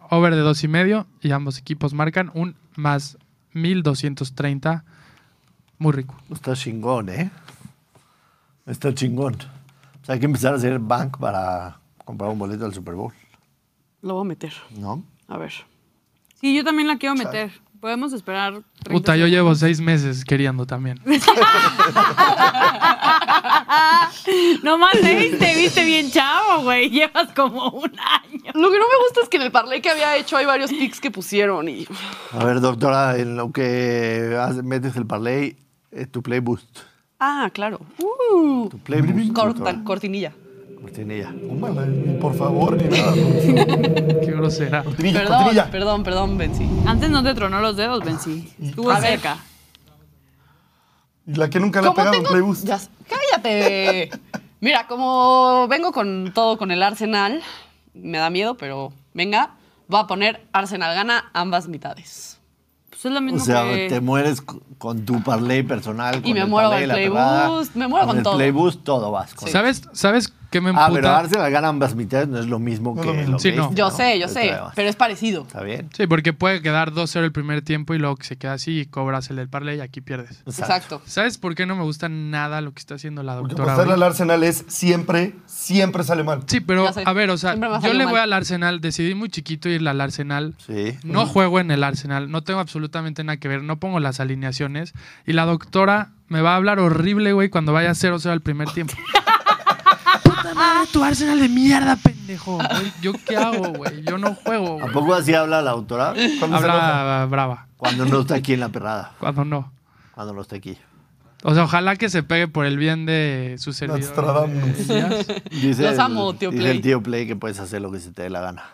Speaker 2: Over de dos y medio y ambos equipos marcan un más 1230. Muy rico.
Speaker 1: Está chingón, ¿eh? Está chingón. O sea, hay que empezar a hacer bank para comprar un boleto al Super Bowl,
Speaker 5: Lo voy a meter.
Speaker 1: ¿no?
Speaker 5: A ver.
Speaker 3: Sí, yo también la quiero meter. Podemos esperar. 30
Speaker 2: Puta, yo llevo seis meses queriendo también.
Speaker 3: [laughs] Nomás seis, te viste bien chavo, güey. Llevas como un año.
Speaker 5: Lo que no me gusta es que en el parlay que había hecho hay varios picks que pusieron y
Speaker 1: A ver, doctora, en lo que hace- metes el parlay, eh, tu playboost.
Speaker 5: Ah, claro. Uh,
Speaker 1: playboost.
Speaker 5: corta- cortinilla.
Speaker 1: Cortinilla.
Speaker 4: Tómala, ni por favor, ni nada. Cortinilla,
Speaker 2: Qué grosera.
Speaker 3: Perdón.
Speaker 4: cortinilla.
Speaker 5: Perdón, perdón, Benzi.
Speaker 3: Antes no te tronó los dedos, Benzi. Estuvo
Speaker 5: A ver.
Speaker 3: cerca.
Speaker 4: Y la que nunca le ha
Speaker 5: Como
Speaker 4: pegado un
Speaker 5: tengo-
Speaker 4: playboost.
Speaker 5: ya sé- cállate. Mira, como vengo con todo con el Arsenal, me da miedo, pero venga, voy a poner Arsenal gana ambas mitades.
Speaker 3: Pues es lo
Speaker 1: O
Speaker 3: mismo
Speaker 1: sea,
Speaker 3: que...
Speaker 1: te mueres c- con tu parlay personal. con
Speaker 5: me
Speaker 1: el
Speaker 5: muero
Speaker 1: parlay,
Speaker 5: del
Speaker 1: la
Speaker 5: Play
Speaker 1: perrada,
Speaker 5: Boost, me muero con
Speaker 1: el
Speaker 5: todo.
Speaker 1: playboost, todo vas. con-
Speaker 2: ¿Sabes, ¿Sabes qué me
Speaker 1: Ah, pero
Speaker 2: emputa?
Speaker 1: Arsenal gana ambas mitades, no es lo mismo que
Speaker 4: lo mismo.
Speaker 1: lo
Speaker 2: Sí,
Speaker 1: que
Speaker 2: no.
Speaker 1: hiciste,
Speaker 5: Yo
Speaker 1: ¿no?
Speaker 5: sé, yo
Speaker 1: Entonces,
Speaker 5: sé,
Speaker 1: trae más.
Speaker 5: pero es parecido.
Speaker 1: Está bien.
Speaker 2: Sí, porque puede quedar 2-0 el primer tiempo y luego que se queda así y cobras el del parlay y aquí pierdes.
Speaker 5: Exacto.
Speaker 2: ¿Sabes por qué no me gusta nada lo que está haciendo la
Speaker 4: Porque
Speaker 2: doctora?
Speaker 4: apostarle
Speaker 2: hoy?
Speaker 4: al Arsenal es siempre, siempre sale mal.
Speaker 2: Sí, pero
Speaker 5: Ya sé.
Speaker 2: a ver, o sea,
Speaker 5: Siempre me ha
Speaker 2: yo
Speaker 5: salido
Speaker 2: le voy
Speaker 5: mal.
Speaker 2: al Arsenal, decidí muy chiquito irle al Arsenal.
Speaker 1: Sí.
Speaker 2: No juego en el Arsenal, no tengo absolutamente nada que ver, no pongo las alineaciones. Y la doctora me va a hablar horrible, güey, cuando vaya 0-0 al primer tiempo. ¡Puta madre, tu Arsenal de mierda, pendejo! güey. ¿Yo qué hago, güey? Yo no juego,
Speaker 1: ¿A
Speaker 2: güey.
Speaker 1: poco así habla la autora?
Speaker 4: Cuando se enoja.
Speaker 2: Habla brava,
Speaker 1: Cuando no está aquí en la perrada.
Speaker 2: cuando no.
Speaker 1: Cuando no está aquí.
Speaker 2: O sea, ojalá que se pegue por el bien de su servidor.
Speaker 4: Nostradamus.
Speaker 2: Elías.
Speaker 1: Dice
Speaker 5: Los
Speaker 1: el-
Speaker 5: amo, tío
Speaker 1: dice
Speaker 5: Play.
Speaker 1: el tío Play que puedes hacer lo que se te dé la gana.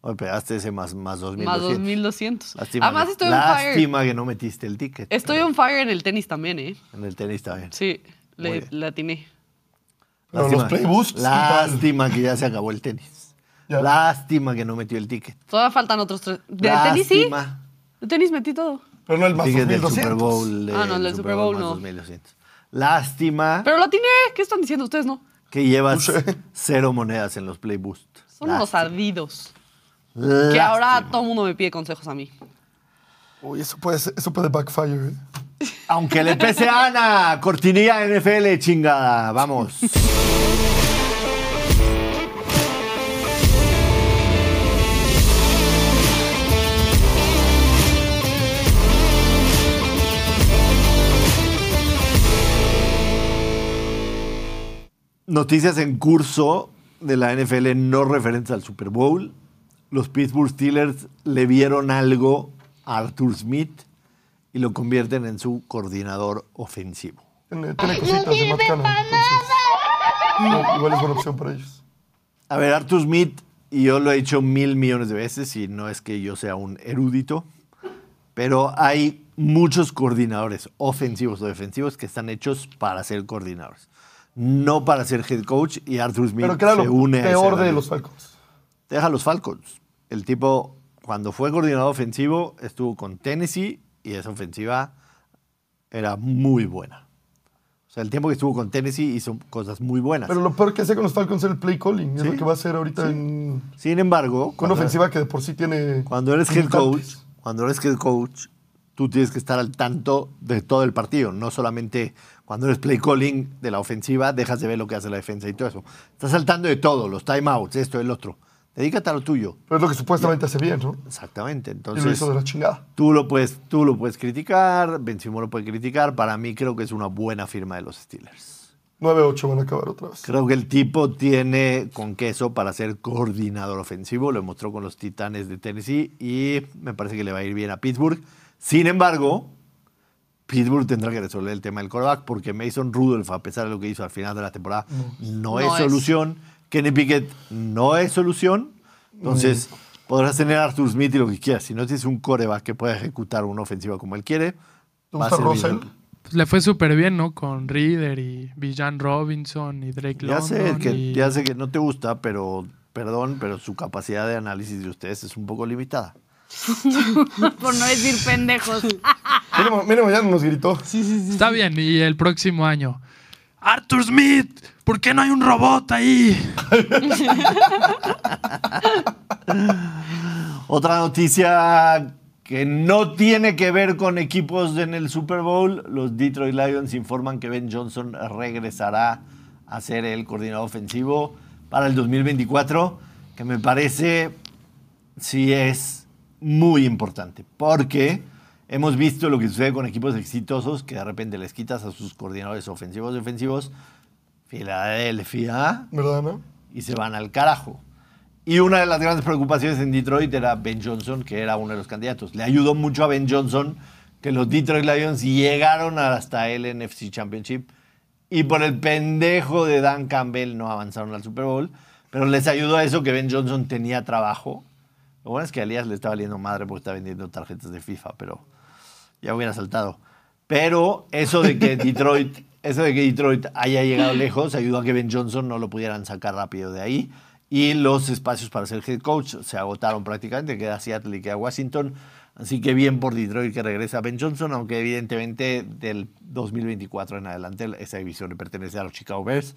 Speaker 1: Hoy pegaste ese más, más 2.200.
Speaker 5: Más 2200.
Speaker 1: Lástima
Speaker 5: Además
Speaker 1: que-
Speaker 5: estoy on fire.
Speaker 1: Lástima que no metiste el ticket.
Speaker 5: Estoy
Speaker 1: pero
Speaker 5: on fire en el tenis también, ¿eh?
Speaker 1: En el tenis también.
Speaker 5: Sí,
Speaker 1: Muy
Speaker 5: le,
Speaker 1: bien.
Speaker 5: le atiné.
Speaker 4: Pero los playboosts,
Speaker 1: Lástima que ya se acabó el tenis.
Speaker 4: Ya.
Speaker 1: Lástima que no metió el ticket.
Speaker 5: Todavía faltan otros tres. De tenis sí.
Speaker 1: Lástima.
Speaker 5: De tenis metí todo.
Speaker 4: Pero no el más
Speaker 1: Ticket del
Speaker 4: 2200.
Speaker 1: Super Bowl.
Speaker 5: Ah, no, el del Super Bowl
Speaker 1: más
Speaker 5: no.
Speaker 1: 2200. Lástima
Speaker 5: Pero lo atiné. ¿Qué están diciendo ustedes, no?
Speaker 1: que llevas cero monedas en los playboost.
Speaker 5: Son unos ardidos.
Speaker 1: Lástima.
Speaker 5: Que ahora todo el mundo me pide consejos a mí.
Speaker 4: Uy, eso puede, ser- eso puede backfire. ¿eh?
Speaker 1: Aunque le pese a Ana, cortinilla NFL, chingada. Vamos. Noticias en curso de la NFL no referentes al Super Bowl. Los Pittsburgh Steelers le vieron algo a Arthur Smith y lo convierten en su coordinador ofensivo.
Speaker 4: Tiene, tiene cositas de Matt Cannon, entonces, no, igual es buena opción para ellos.
Speaker 1: A ver, Arthur Smith, y yo lo he hecho mil millones de veces, y no es que yo sea un erudito, pero hay muchos coordinadores ofensivos o defensivos que están hechos para ser coordinadores, no para ser head coach, y Arthur Smith
Speaker 4: Pero claro,
Speaker 1: se une a
Speaker 4: peor
Speaker 1: ese
Speaker 4: de
Speaker 1: rango.
Speaker 4: los Falcons.
Speaker 1: Deja los Falcons. El tipo, cuando fue coordinador ofensivo, estuvo con Tennessee y esa ofensiva era muy buena. O sea, el tiempo que estuvo con Tennessee hizo cosas muy buenas.
Speaker 4: Pero lo peor que hace con los Falcons es el play calling. Es
Speaker 1: Sí.
Speaker 4: lo que va a hacer ahorita
Speaker 1: Sí.
Speaker 4: en,
Speaker 1: Sin embargo,
Speaker 4: con una
Speaker 1: cuando-
Speaker 4: ofensiva que de por sí tiene.
Speaker 1: Cuando eres head coach,
Speaker 4: limitantes.
Speaker 1: cuando eres head coach, tú tienes que estar al tanto de todo el partido, no solamente cuando eres play calling de la ofensiva, dejas de ver lo que hace la defensa y todo eso. Estás al tanto de todo, los timeouts, esto, el otro. Dedícate a lo tuyo.
Speaker 4: Pero es lo que supuestamente hace bien, ¿no?
Speaker 1: Exactamente.
Speaker 4: Y lo
Speaker 1: Entonces,
Speaker 4: hizo de la chingada.
Speaker 1: tú lo puedes, tú lo puedes criticar, Benzimo lo puede criticar. Para mí creo que es una buena firma de los Steelers.
Speaker 4: 9-8 van a acabar otra vez.
Speaker 1: Creo que el tipo tiene con queso para ser coordinador ofensivo. Lo mostró con los Titanes de Tennessee y me parece que le va a ir bien a Pittsburgh. Sin embargo, Pittsburgh tendrá que resolver el tema del quarterback porque Mason Rudolph, a pesar de lo que hizo al final de la temporada, no, es
Speaker 5: No es.
Speaker 1: solución. Kenny Pickett no es solución. Entonces, podrás tener a Arthur Smith y lo que quieras. Si no tienes un coreback que pueda ejecutar una ofensiva como él quiere,
Speaker 4: ¿Te
Speaker 1: va a
Speaker 4: gusta
Speaker 1: ser
Speaker 4: Russell?
Speaker 1: bien.
Speaker 2: Pues le fue súper bien, ¿no? Con Reader y Villan Robinson y Drake
Speaker 1: Ya sé,
Speaker 2: London
Speaker 1: que,
Speaker 2: y-
Speaker 1: ya sé que no te gusta, pero perdón, pero su capacidad de análisis de ustedes es un poco limitada.
Speaker 3: Por no decir pendejos.
Speaker 4: Mínimo, mínimo ya no nos gritó.
Speaker 2: [laughs] Está bien, y el próximo año. Arthur Smith, ¿por qué no hay un robot ahí?
Speaker 1: Otra noticia que no tiene que ver con equipos en el Super Bowl, los Detroit Lions informan que Ben Johnson regresará a ser el coordinador ofensivo para el 2024, que me parece sí es muy importante, porque hemos visto lo que sucede con equipos exitosos que de repente les quitas a sus coordinadores ofensivos y defensivos, Filadelfia,
Speaker 4: ¿Verdad, no?
Speaker 1: y se van al carajo. Y una de las grandes preocupaciones en Detroit era Ben Johnson, que era uno de los candidatos. Le ayudó mucho a Ben Johnson que los Detroit Lions llegaron hasta el NFC Championship y por el pendejo de Dan Campbell no avanzaron al Super Bowl, pero les ayudó a eso que Ben Johnson tenía trabajo. Lo bueno es que a Elías le está valiendo madre porque está vendiendo tarjetas de FIFA, pero ya hubiera saltado. Pero eso de
Speaker 4: [laughs]
Speaker 1: que Detroit, eso de que Detroit haya llegado lejos ayudó a que Ben Johnson no lo pudieran sacar rápido de ahí. Y los espacios para ser head coach se agotaron prácticamente, queda Seattle y queda Washington. Así que bien por Detroit que regresa Ben Johnson, aunque evidentemente del 2024 en adelante esa división le pertenece a los Chicago Bears.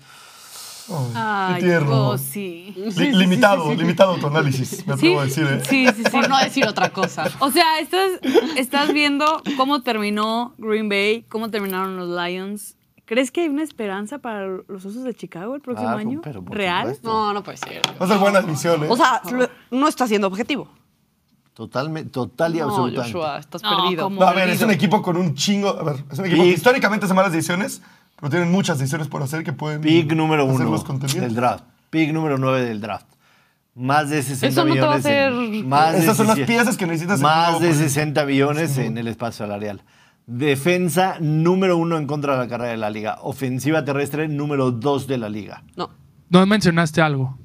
Speaker 4: Oh,
Speaker 3: Ay,
Speaker 4: qué tierno.
Speaker 3: oh, sí.
Speaker 4: Li- limitado, limitado tu análisis, me atrevo a decir. ¿eh?
Speaker 3: sí, sí, sí.
Speaker 5: Por no decir otra cosa.
Speaker 3: O sea, estás, estás viendo cómo terminó Green Bay, cómo terminaron los Lions. ¿Crees que hay una esperanza para los osos de Chicago el próximo
Speaker 1: Ah,
Speaker 3: año?
Speaker 1: pero por
Speaker 3: ¿Real?
Speaker 1: supuesto.
Speaker 5: No, no puede ser.
Speaker 4: Va a ser buena admisión, ¿eh?
Speaker 5: O sea, lo- no está siendo objetivo.
Speaker 1: Totalme- total y
Speaker 5: No,
Speaker 1: absolutamente.
Speaker 5: Joshua, estás
Speaker 3: No,
Speaker 5: perdido.
Speaker 3: ¿cómo?
Speaker 4: No, a ver, es un equipo con un chingo. A ver, es un equipo
Speaker 1: Pick.
Speaker 4: que históricamente hace malas decisiones, pero tienen muchas decisiones por hacer que pueden.
Speaker 1: Pick número uno
Speaker 4: hacerlos contendientes.
Speaker 1: del draft. Pick número nueve del draft. Más de 60
Speaker 5: Eso no te va a
Speaker 1: millones. en-
Speaker 5: hacer-
Speaker 1: más de
Speaker 4: Esas son las
Speaker 1: 17
Speaker 4: piezas que necesitas en
Speaker 1: Más
Speaker 4: un
Speaker 1: de
Speaker 4: nuevo-
Speaker 1: 60 millones en el espacio salarial. Defensa número uno en contra de la carrera de la liga. Ofensiva terrestre número dos de la liga.
Speaker 5: No.
Speaker 2: No mencionaste algo.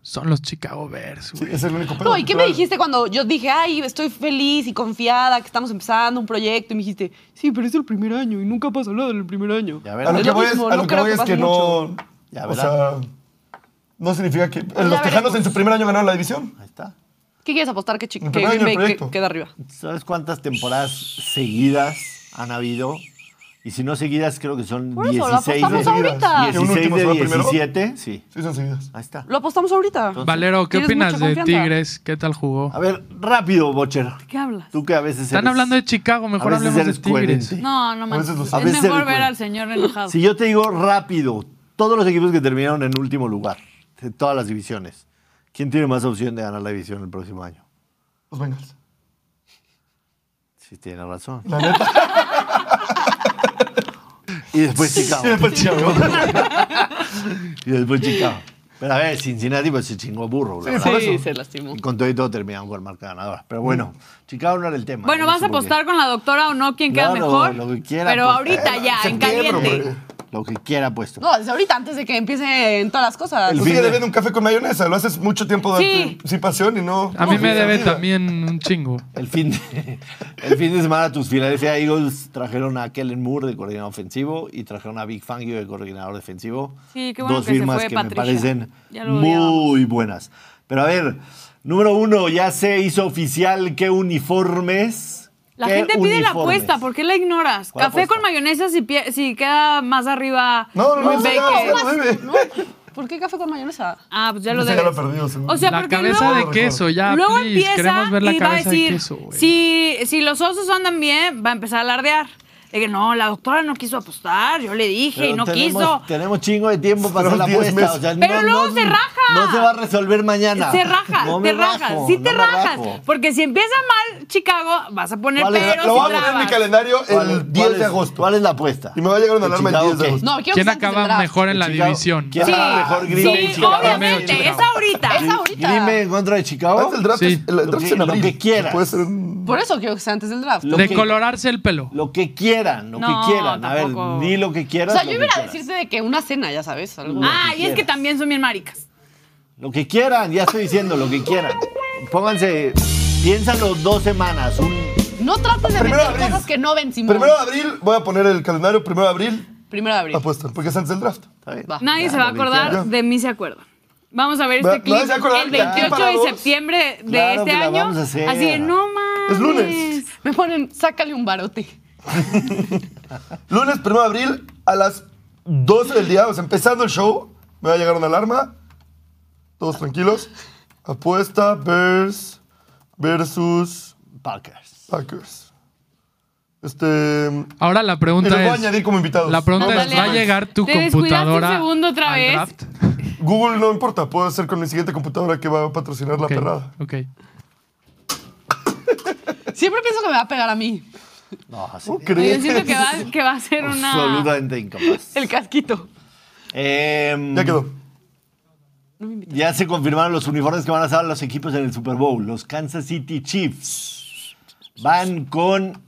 Speaker 2: Son los Chicago Bears,
Speaker 4: Sí,
Speaker 2: güey.
Speaker 4: es el único pedo.
Speaker 5: No, ¿y qué me
Speaker 4: claro.
Speaker 5: dijiste cuando yo dije, ay, estoy feliz y confiada que estamos empezando un proyecto? Y me dijiste, sí, pero es el primer año y nunca pasa nada en el primer año.
Speaker 1: Ya
Speaker 4: A
Speaker 1: verás.
Speaker 4: lo
Speaker 5: Es
Speaker 4: que
Speaker 5: lo
Speaker 4: voy es,
Speaker 5: mismo,
Speaker 4: a
Speaker 5: no
Speaker 4: lo que,
Speaker 5: creo
Speaker 4: voy
Speaker 5: que
Speaker 4: es que
Speaker 5: pase
Speaker 4: no.
Speaker 1: Ya
Speaker 4: o sea,
Speaker 1: verás.
Speaker 4: no significa que.
Speaker 5: Ya
Speaker 4: los Tejanos en
Speaker 5: veremos.
Speaker 4: su primer año ganaron la división.
Speaker 1: Ahí está.
Speaker 5: ¿Qué quieres apostar que, chi-
Speaker 4: El
Speaker 5: que
Speaker 4: primer año del
Speaker 5: Green Bay que-
Speaker 4: proyecto.
Speaker 5: queda arriba?
Speaker 1: ¿Sabes cuántas temporadas seguidas han habido? Y si no seguidas, creo que son
Speaker 5: Por eso, lo
Speaker 1: 16 de,
Speaker 5: apostamos ahorita.
Speaker 4: Que un
Speaker 1: 16
Speaker 4: último se
Speaker 1: de Ah.
Speaker 4: va primero.
Speaker 1: 17. Sí,
Speaker 4: Sí, son seguidas.
Speaker 1: ahí está.
Speaker 5: Lo apostamos ahorita.
Speaker 2: Valero, ¿qué
Speaker 5: Tienes
Speaker 2: opinas
Speaker 5: mucha
Speaker 2: de
Speaker 5: confianza.
Speaker 2: Tigres? ¿Qué tal jugó?
Speaker 1: A ver, rápido, Bocher.
Speaker 3: ¿Qué hablas?
Speaker 1: Tú que a veces
Speaker 2: Están
Speaker 1: eres-
Speaker 2: hablando de Chicago, mejor
Speaker 1: a veces
Speaker 2: hablemos de
Speaker 1: eres
Speaker 2: Tigres.
Speaker 1: coherente.
Speaker 3: No, no manches.
Speaker 4: veces los-
Speaker 3: Es
Speaker 1: a veces
Speaker 3: mejor
Speaker 1: el-
Speaker 3: ver al señor enojado.
Speaker 1: Si yo te digo rápido, todos los equipos que terminaron en último lugar, de todas las divisiones, ¿quién tiene más opción de ganar la división el próximo año?
Speaker 4: Los Bengals.
Speaker 1: Sí, tiene razón.
Speaker 4: La neta.
Speaker 1: [laughs] Y después Chicago.
Speaker 4: Sí, después Chicago.
Speaker 1: [laughs] Y después Chicago. Pero a ver, Cincinnati pues se chingó burro. la verdad.
Speaker 5: Sí, se lastimó.
Speaker 1: Y con todo y todo terminaron con marca ganadora. Pero bueno, Chicago no era el tema.
Speaker 3: Mm. Bueno,
Speaker 1: No
Speaker 3: ¿vas
Speaker 1: sé
Speaker 3: a
Speaker 1: por qué.
Speaker 3: apostar con la doctora o no? ¿Quién queda
Speaker 1: Claro,
Speaker 3: mejor?
Speaker 1: Lo que quiera. pues, eh,
Speaker 3: Pero
Speaker 1: apostar.
Speaker 3: ahorita ya, en
Speaker 4: septiembre,
Speaker 3: caliente.
Speaker 4: hombre.
Speaker 1: Lo que quiera puesto.
Speaker 5: No, desde ahorita, antes de que empiecen todas las cosas.
Speaker 4: Tú
Speaker 1: fin
Speaker 4: sigue
Speaker 1: de-
Speaker 4: debiendo un café con mayonesa. Lo haces mucho tiempo de
Speaker 3: Sí.
Speaker 4: anticipación y no.
Speaker 5: Ah,
Speaker 2: A mí me debe
Speaker 4: Sí.
Speaker 2: también un chingo.
Speaker 1: El fin, de, [laughs] el fin de semana tus Philadelphia Eagles trajeron a Kellen Moore de coordinador ofensivo y trajeron a Big Fangio de coordinador defensivo.
Speaker 3: Sí, qué bueno
Speaker 1: Dos
Speaker 3: que se
Speaker 1: firmas
Speaker 3: fue
Speaker 1: que
Speaker 3: Patricia.
Speaker 1: me parecen
Speaker 3: Ya lo
Speaker 1: muy buenas. Pero a ver, número uno, ya se hizo oficial qué uniformes.
Speaker 3: La
Speaker 1: qué
Speaker 3: gente pide la
Speaker 1: uniformes.
Speaker 3: apuesta, ¿por qué la ignoras?
Speaker 1: ¿Cuál
Speaker 3: Café
Speaker 1: apuesta?
Speaker 3: con mayonesa si, pie- si queda más arriba.
Speaker 4: No, no, no, no,
Speaker 3: Green Bay que-
Speaker 4: no, no, no, no.
Speaker 5: ¿Por qué café con mayonesa?
Speaker 3: Ah, pues ya lo
Speaker 4: Ese ya
Speaker 3: debes.
Speaker 4: lo perdió, seguro.
Speaker 3: o sea,
Speaker 2: La
Speaker 3: porque
Speaker 2: cabeza
Speaker 3: luego,
Speaker 2: de queso, ya,
Speaker 3: luego
Speaker 2: please.
Speaker 3: empieza
Speaker 2: Queremos ver la
Speaker 3: y va a
Speaker 2: cabeza
Speaker 3: decir,
Speaker 2: de queso, güey.
Speaker 3: si, si los osos andan bien, va a empezar a alardear. De que no, la doctora no quiso apostar, yo le dije
Speaker 1: Pero
Speaker 3: y no
Speaker 1: tenemos,
Speaker 3: quiso.
Speaker 1: Tenemos chingo de tiempo para
Speaker 4: Pero
Speaker 1: hacer la
Speaker 4: 10
Speaker 1: apuesta.
Speaker 4: meses.
Speaker 1: o sea,
Speaker 3: Pero luego se raja.
Speaker 1: No se va a resolver mañana.
Speaker 3: Se rajas,
Speaker 1: No me
Speaker 3: te rajas,
Speaker 1: rajo,
Speaker 3: sí te
Speaker 1: no me
Speaker 3: rajas.
Speaker 1: rajo.
Speaker 3: Porque si empieza mal Chicago, vas a poner
Speaker 1: ¿Cuál es?
Speaker 3: pero
Speaker 4: Lo
Speaker 3: si
Speaker 4: voy a poner en mi
Speaker 3: trabas.
Speaker 4: calendario
Speaker 1: ¿Cuál es-
Speaker 4: el 10
Speaker 1: cuál
Speaker 4: de
Speaker 1: es-
Speaker 4: agosto.
Speaker 1: ¿Cuál es la apuesta?
Speaker 4: Y me va a llegar una
Speaker 1: ¿De
Speaker 4: alarma el
Speaker 1: Chicago
Speaker 4: 10 de
Speaker 1: qué?
Speaker 4: agosto.
Speaker 5: No,
Speaker 2: ¿Quién
Speaker 5: quiero que sea antes del
Speaker 2: acaba
Speaker 5: draft.
Speaker 2: mejor en la
Speaker 1: Chicago.
Speaker 2: división?
Speaker 1: ¿Quién
Speaker 3: Sí,
Speaker 1: acaba mejor Green Bay?
Speaker 3: sí,
Speaker 1: Chicago?
Speaker 2: Romeo,
Speaker 3: obviamente, es
Speaker 2: Chicago.
Speaker 3: ahorita.
Speaker 5: Es ahorita.
Speaker 1: Green Bay en contra de Chicago.
Speaker 4: Antes del draft
Speaker 2: Oh, Sí.
Speaker 4: es- el draft
Speaker 1: Lo
Speaker 4: es en
Speaker 1: que- lo
Speaker 4: abril.
Speaker 1: que quieras.
Speaker 4: Puede ser un-
Speaker 5: Por eso quiero que sea antes del draft.
Speaker 1: Lo
Speaker 2: De
Speaker 1: que-
Speaker 2: colorarse el pelo.
Speaker 1: Lo que quieran, lo
Speaker 3: No,
Speaker 1: que quieran. A ver,
Speaker 3: tampoco.
Speaker 1: di lo que
Speaker 5: O
Speaker 1: quieras.
Speaker 5: sea,
Speaker 1: lo
Speaker 5: yo
Speaker 1: que
Speaker 5: iba a
Speaker 1: quieras.
Speaker 5: decirte de que una cena, ya sabes. Algo.
Speaker 3: Ah,
Speaker 1: que
Speaker 3: y es que
Speaker 1: quieras.
Speaker 3: también son bien maricas.
Speaker 1: Lo que quieran, ya estoy diciendo, lo que quieran. Pónganse, piénsalo dos semanas. Un,
Speaker 5: No trates de
Speaker 4: Primero de
Speaker 5: vender
Speaker 4: abril.
Speaker 5: cosas que no ven,
Speaker 1: Mm.
Speaker 5: Simón.
Speaker 4: Primero de abril, voy a poner el calendario. Primero de abril,
Speaker 5: Primero de abril.
Speaker 4: apuestan, porque es antes del draft.
Speaker 1: ¿está bien?
Speaker 5: Va.
Speaker 3: Nadie
Speaker 1: Ya,
Speaker 3: se va a
Speaker 1: lo que
Speaker 3: acordar,
Speaker 1: quieras.
Speaker 3: de mí se acuerda. Vamos a ver
Speaker 4: Va-
Speaker 3: este clip
Speaker 4: nadie se va a acordar
Speaker 3: el
Speaker 4: de aquí
Speaker 3: 28
Speaker 4: para
Speaker 3: de
Speaker 4: dos.
Speaker 3: septiembre de
Speaker 1: Claro
Speaker 3: este
Speaker 4: pues
Speaker 1: que la
Speaker 3: año.
Speaker 1: vamos a hacer.
Speaker 3: Así de, no mames.
Speaker 4: Es lunes.
Speaker 5: Me ponen, sácale un barote.
Speaker 4: Lunes, primero de abril, a las 12 del día, o sea, empezando el show, me va a llegar una alarma. Todos tranquilos. Apuesta Bears versus
Speaker 1: Packers.
Speaker 4: Packers. Este. Y
Speaker 2: Ahora la
Speaker 4: los voy
Speaker 2: pregunta
Speaker 4: a
Speaker 2: es...
Speaker 4: añadir como invitados.
Speaker 2: La pregunta es,
Speaker 3: Ándale.
Speaker 2: ¿va a llegar tu
Speaker 3: Te descuidaste
Speaker 2: computadora
Speaker 3: un segundo otra
Speaker 2: al
Speaker 3: vez.
Speaker 2: draft?
Speaker 4: Google no importa, puedo hacer con mi siguiente computadora que va a patrocinar la
Speaker 2: Ok,
Speaker 4: perrada.
Speaker 2: ok.
Speaker 5: Siempre pienso que me va a pegar a mí.
Speaker 1: No, así.
Speaker 4: ¿Cómo
Speaker 3: Yo
Speaker 4: crees?
Speaker 3: siento que va, que va a ser
Speaker 4: [laughs]
Speaker 3: una.
Speaker 1: Absolutamente incapaz.
Speaker 5: El casquito.
Speaker 1: Em,
Speaker 4: Ya quedó.
Speaker 1: Ya se confirmaron los uniformes que van a usar los equipos en el Super Bowl. Los Kansas City Chiefs van con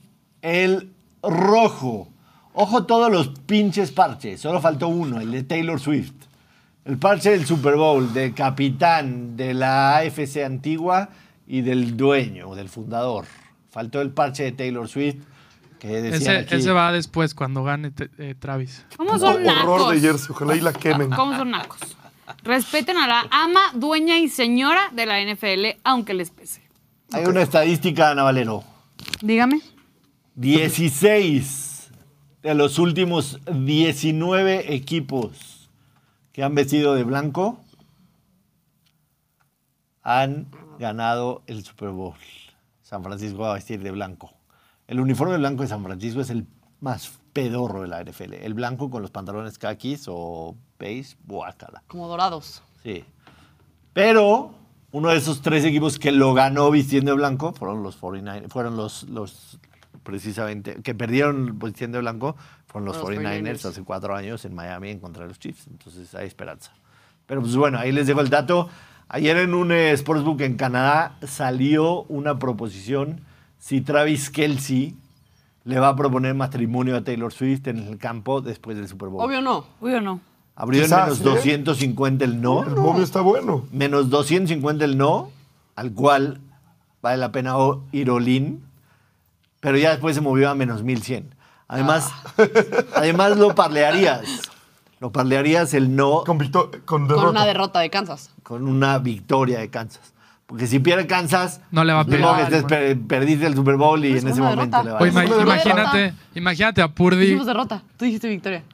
Speaker 1: el rojo. Ojo todos los pinches parches. Solo faltó uno, el de Taylor Swift. El parche del Super Bowl, del capitán de la AFC antigua y del dueño, del fundador. Faltó el parche de Taylor Swift. Que decían
Speaker 2: Ese,
Speaker 1: aquí.
Speaker 2: ese va después cuando gane te- eh, Travis.
Speaker 3: ¿Cómo son
Speaker 4: Horror de
Speaker 3: nacos?
Speaker 4: jersey, ojalá y la quemen.
Speaker 3: ¿Cómo son nacos? Respeten a la ama, dueña y señora de la NFL, aunque les pese.
Speaker 1: Hay una estadística, Ana Valero.
Speaker 3: Dígame.
Speaker 1: 16 de los últimos 19 equipos que han vestido de blanco han ganado el Super Bowl. San Francisco va a vestir de blanco. El uniforme blanco de San Francisco es el más pedorro de la NFL. El blanco con los pantalones caquis o beige, guácala.
Speaker 5: Como dorados.
Speaker 1: Sí. Pero uno de esos tres equipos que lo ganó vistiendo de blanco fueron los 49 fueron los, los precisamente, que perdieron vistiendo de blanco, fueron los, 49ers,
Speaker 5: 49ers.
Speaker 1: hace cuatro años en Miami en contra de los Chiefs. Entonces hay esperanza. Pero pues bueno, ahí les dejo el dato. Ayer en un eh, Sportsbook en Canadá salió una proposición si Travis Kelsey le va a proponer matrimonio a Taylor Swift en el campo después del Super
Speaker 4: Oh.
Speaker 1: Bowl.
Speaker 5: Obvio no.
Speaker 3: Uy o no.
Speaker 1: Abrió en
Speaker 4: Quizás,
Speaker 1: menos
Speaker 4: ¿eh?
Speaker 1: 250 el no.
Speaker 4: El momio está bueno.
Speaker 1: Menos 250 el no, al cual vale la pena o- ir Olin, pero ya después se movió a menos 1100. Además,
Speaker 2: Ah.
Speaker 1: además lo parlearías. Lo parlearías el no
Speaker 4: Con, victo- con
Speaker 5: Con
Speaker 4: derrota.
Speaker 5: una derrota de Kansas.
Speaker 1: con una victoria de Kansas. Porque si pierde Kansas,
Speaker 2: No le va a
Speaker 1: ni
Speaker 2: pegar,
Speaker 1: modo que estés
Speaker 2: güey.
Speaker 1: per- perdiste el Super Bowl y
Speaker 5: Pues
Speaker 1: en ese
Speaker 5: una
Speaker 1: momento le
Speaker 5: derrota.
Speaker 2: O
Speaker 1: va
Speaker 2: ima-
Speaker 5: Una derrota.
Speaker 2: imagínate, imagínate a Purdy.
Speaker 5: Dijimos derrota. Tú dijiste victoria.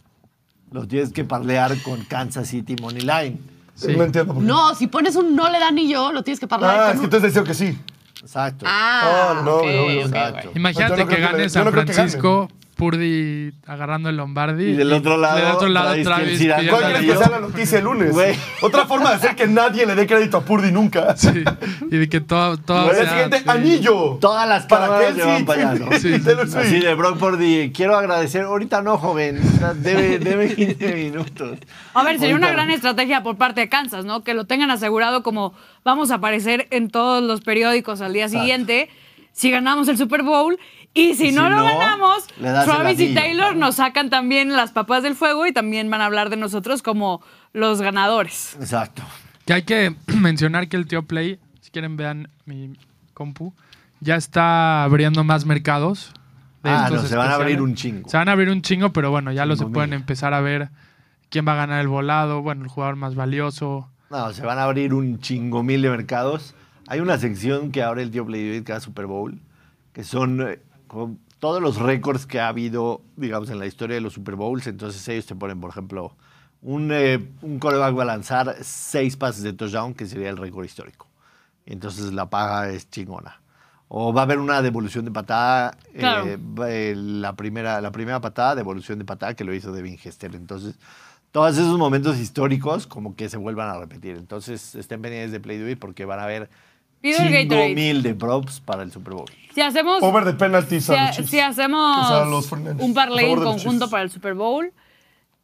Speaker 1: Lo tienes que parlear con Kansas City Money Line.
Speaker 2: Sí.
Speaker 4: No entiendo. por qué.
Speaker 5: No, si pones un no le dan ni yo, lo tienes que parlar.
Speaker 4: Ah,
Speaker 5: con
Speaker 4: es que
Speaker 5: un-
Speaker 4: tú has decidido que sí.
Speaker 1: Exacto.
Speaker 5: Ah,
Speaker 4: Ah, no,
Speaker 5: ok,
Speaker 4: no, no,
Speaker 5: ok,
Speaker 1: exacto.
Speaker 5: güey.
Speaker 2: Imagínate
Speaker 4: Yo no creo
Speaker 2: que
Speaker 4: que le-
Speaker 2: gane
Speaker 4: yo
Speaker 2: San
Speaker 4: no creo que
Speaker 2: Francisco, Purdy agarrando el Lombardi.
Speaker 1: Y del otro lado,
Speaker 2: del otro lado
Speaker 1: Travis
Speaker 2: Travis.
Speaker 1: Kelce
Speaker 2: pidiendo
Speaker 1: Yo
Speaker 4: ¿Cuál
Speaker 1: no
Speaker 4: crees
Speaker 1: creo.
Speaker 4: que sea la noticia el lunes?
Speaker 1: Güey.
Speaker 4: Otra forma de hacer que nadie le dé crédito a Purdy nunca.
Speaker 2: Sí, y de que todo, todo
Speaker 4: Güey, el
Speaker 2: sea-
Speaker 4: siguiente,
Speaker 2: sí.
Speaker 4: anillo.
Speaker 1: Todas las
Speaker 4: Para
Speaker 1: cámaras le van
Speaker 4: Kelsey.
Speaker 1: para
Speaker 2: [laughs]
Speaker 1: allá, ¿no?
Speaker 4: [laughs] Sí, Taylor Swift.
Speaker 1: Así de Brockford y quiero agradecer. Ahorita no, joven. Debe, debe 15 minutos.
Speaker 3: A ver, sería una
Speaker 1: Ahorita-
Speaker 3: gran estrategia por parte de Kansas, ¿no? Que lo tengan asegurado como vamos a aparecer en todos los periódicos al día siguiente si ganamos el Super Bowl. Y si,
Speaker 1: Y
Speaker 3: no
Speaker 1: si
Speaker 3: lo
Speaker 1: no,
Speaker 3: ganamos,
Speaker 1: le das el
Speaker 3: Travis y
Speaker 1: anillo,
Speaker 3: Taylor
Speaker 1: claro.
Speaker 3: nos sacan también las papas del fuego y también van a hablar de nosotros como los ganadores.
Speaker 1: Exacto.
Speaker 2: Que hay que [clears throat] mencionar que el tío Play, si quieren vean mi compu, ya está abriendo más mercados. de
Speaker 1: Ah,
Speaker 2: estos
Speaker 1: no, se van a abrir
Speaker 2: especiales.
Speaker 1: un chingo.
Speaker 2: Se van a abrir un chingo, pero bueno, ya los se
Speaker 1: Chingo
Speaker 2: pueden
Speaker 1: mil.
Speaker 2: empezar a ver quién va a ganar el volado, bueno, el jugador más valioso.
Speaker 1: No, se van a abrir un chingo mil de mercados. Hay una sección que abre el tío Play David cada Super Bowl, que son eh, como todos los récords que ha habido, digamos, en la historia de los Super Bowls. Entonces ellos te ponen, por ejemplo, un, eh, un coreback va a lanzar seis pases de touchdown, que sería el récord histórico. Entonces la paga es chingona. O va a haber una devolución de patada, eh,
Speaker 3: Claro.
Speaker 1: va- eh, la, primera, la primera patada, devolución de patada, que lo hizo Devin Hester. Entonces, todos esos momentos históricos como que se vuelvan a repetir. Entonces, estén pendientes de Play Do It porque van a haber
Speaker 3: Pido el
Speaker 1: cinco
Speaker 3: Gatorade.
Speaker 1: mil de props para el Super Bowl.
Speaker 3: Si hacemos,
Speaker 4: Over de penalties
Speaker 3: si,
Speaker 4: a
Speaker 3: ha-
Speaker 4: los Chiefs.
Speaker 3: si hacemos
Speaker 4: O sea, los 49ers.
Speaker 3: un parlay
Speaker 4: A
Speaker 3: en
Speaker 4: favor de los
Speaker 3: conjunto
Speaker 4: Chiefs.
Speaker 3: para el Super Bowl,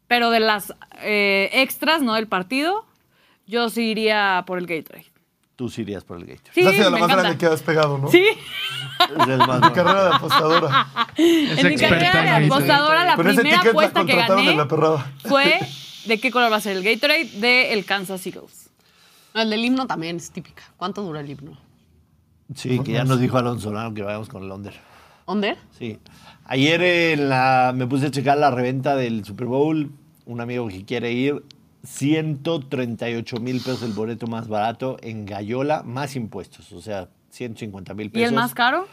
Speaker 3: pero de las eh, extras, no del partido, yo sí iría por el Gatorade.
Speaker 1: Tú sí irías por el Gatorade.
Speaker 3: Sí,
Speaker 4: Esa ha sido la
Speaker 3: me
Speaker 4: más grande
Speaker 3: encanta.
Speaker 4: que has pegado, ¿no?
Speaker 3: Sí,
Speaker 1: Es el más
Speaker 4: Tu
Speaker 1: bueno.
Speaker 4: carrera de apostadora.
Speaker 2: Es
Speaker 3: en mi
Speaker 2: experta
Speaker 3: carrera de
Speaker 2: en eso.
Speaker 3: apostadora, la
Speaker 4: Con ese
Speaker 3: primera
Speaker 4: ticket la
Speaker 3: apuesta que
Speaker 4: contrataron
Speaker 3: gané
Speaker 4: en la perrada.
Speaker 3: fue de qué color va a ser el Gatorade de el Kansas Eagles.
Speaker 5: No, el del himno también es típica. ¿Cuánto dura el himno?
Speaker 1: Sí, que ya nos dijo Alonso Solano que vayamos con el under.
Speaker 5: ¿Onder?
Speaker 1: Sí. Ayer en la- me puse a checar la reventa del Super Bowl. Un amigo que quiere ir, 138 mil pesos el boleto más barato en Gallola, más impuestos. O sea, 150 mil
Speaker 3: ¿Y
Speaker 1: pesos.
Speaker 3: el más caro?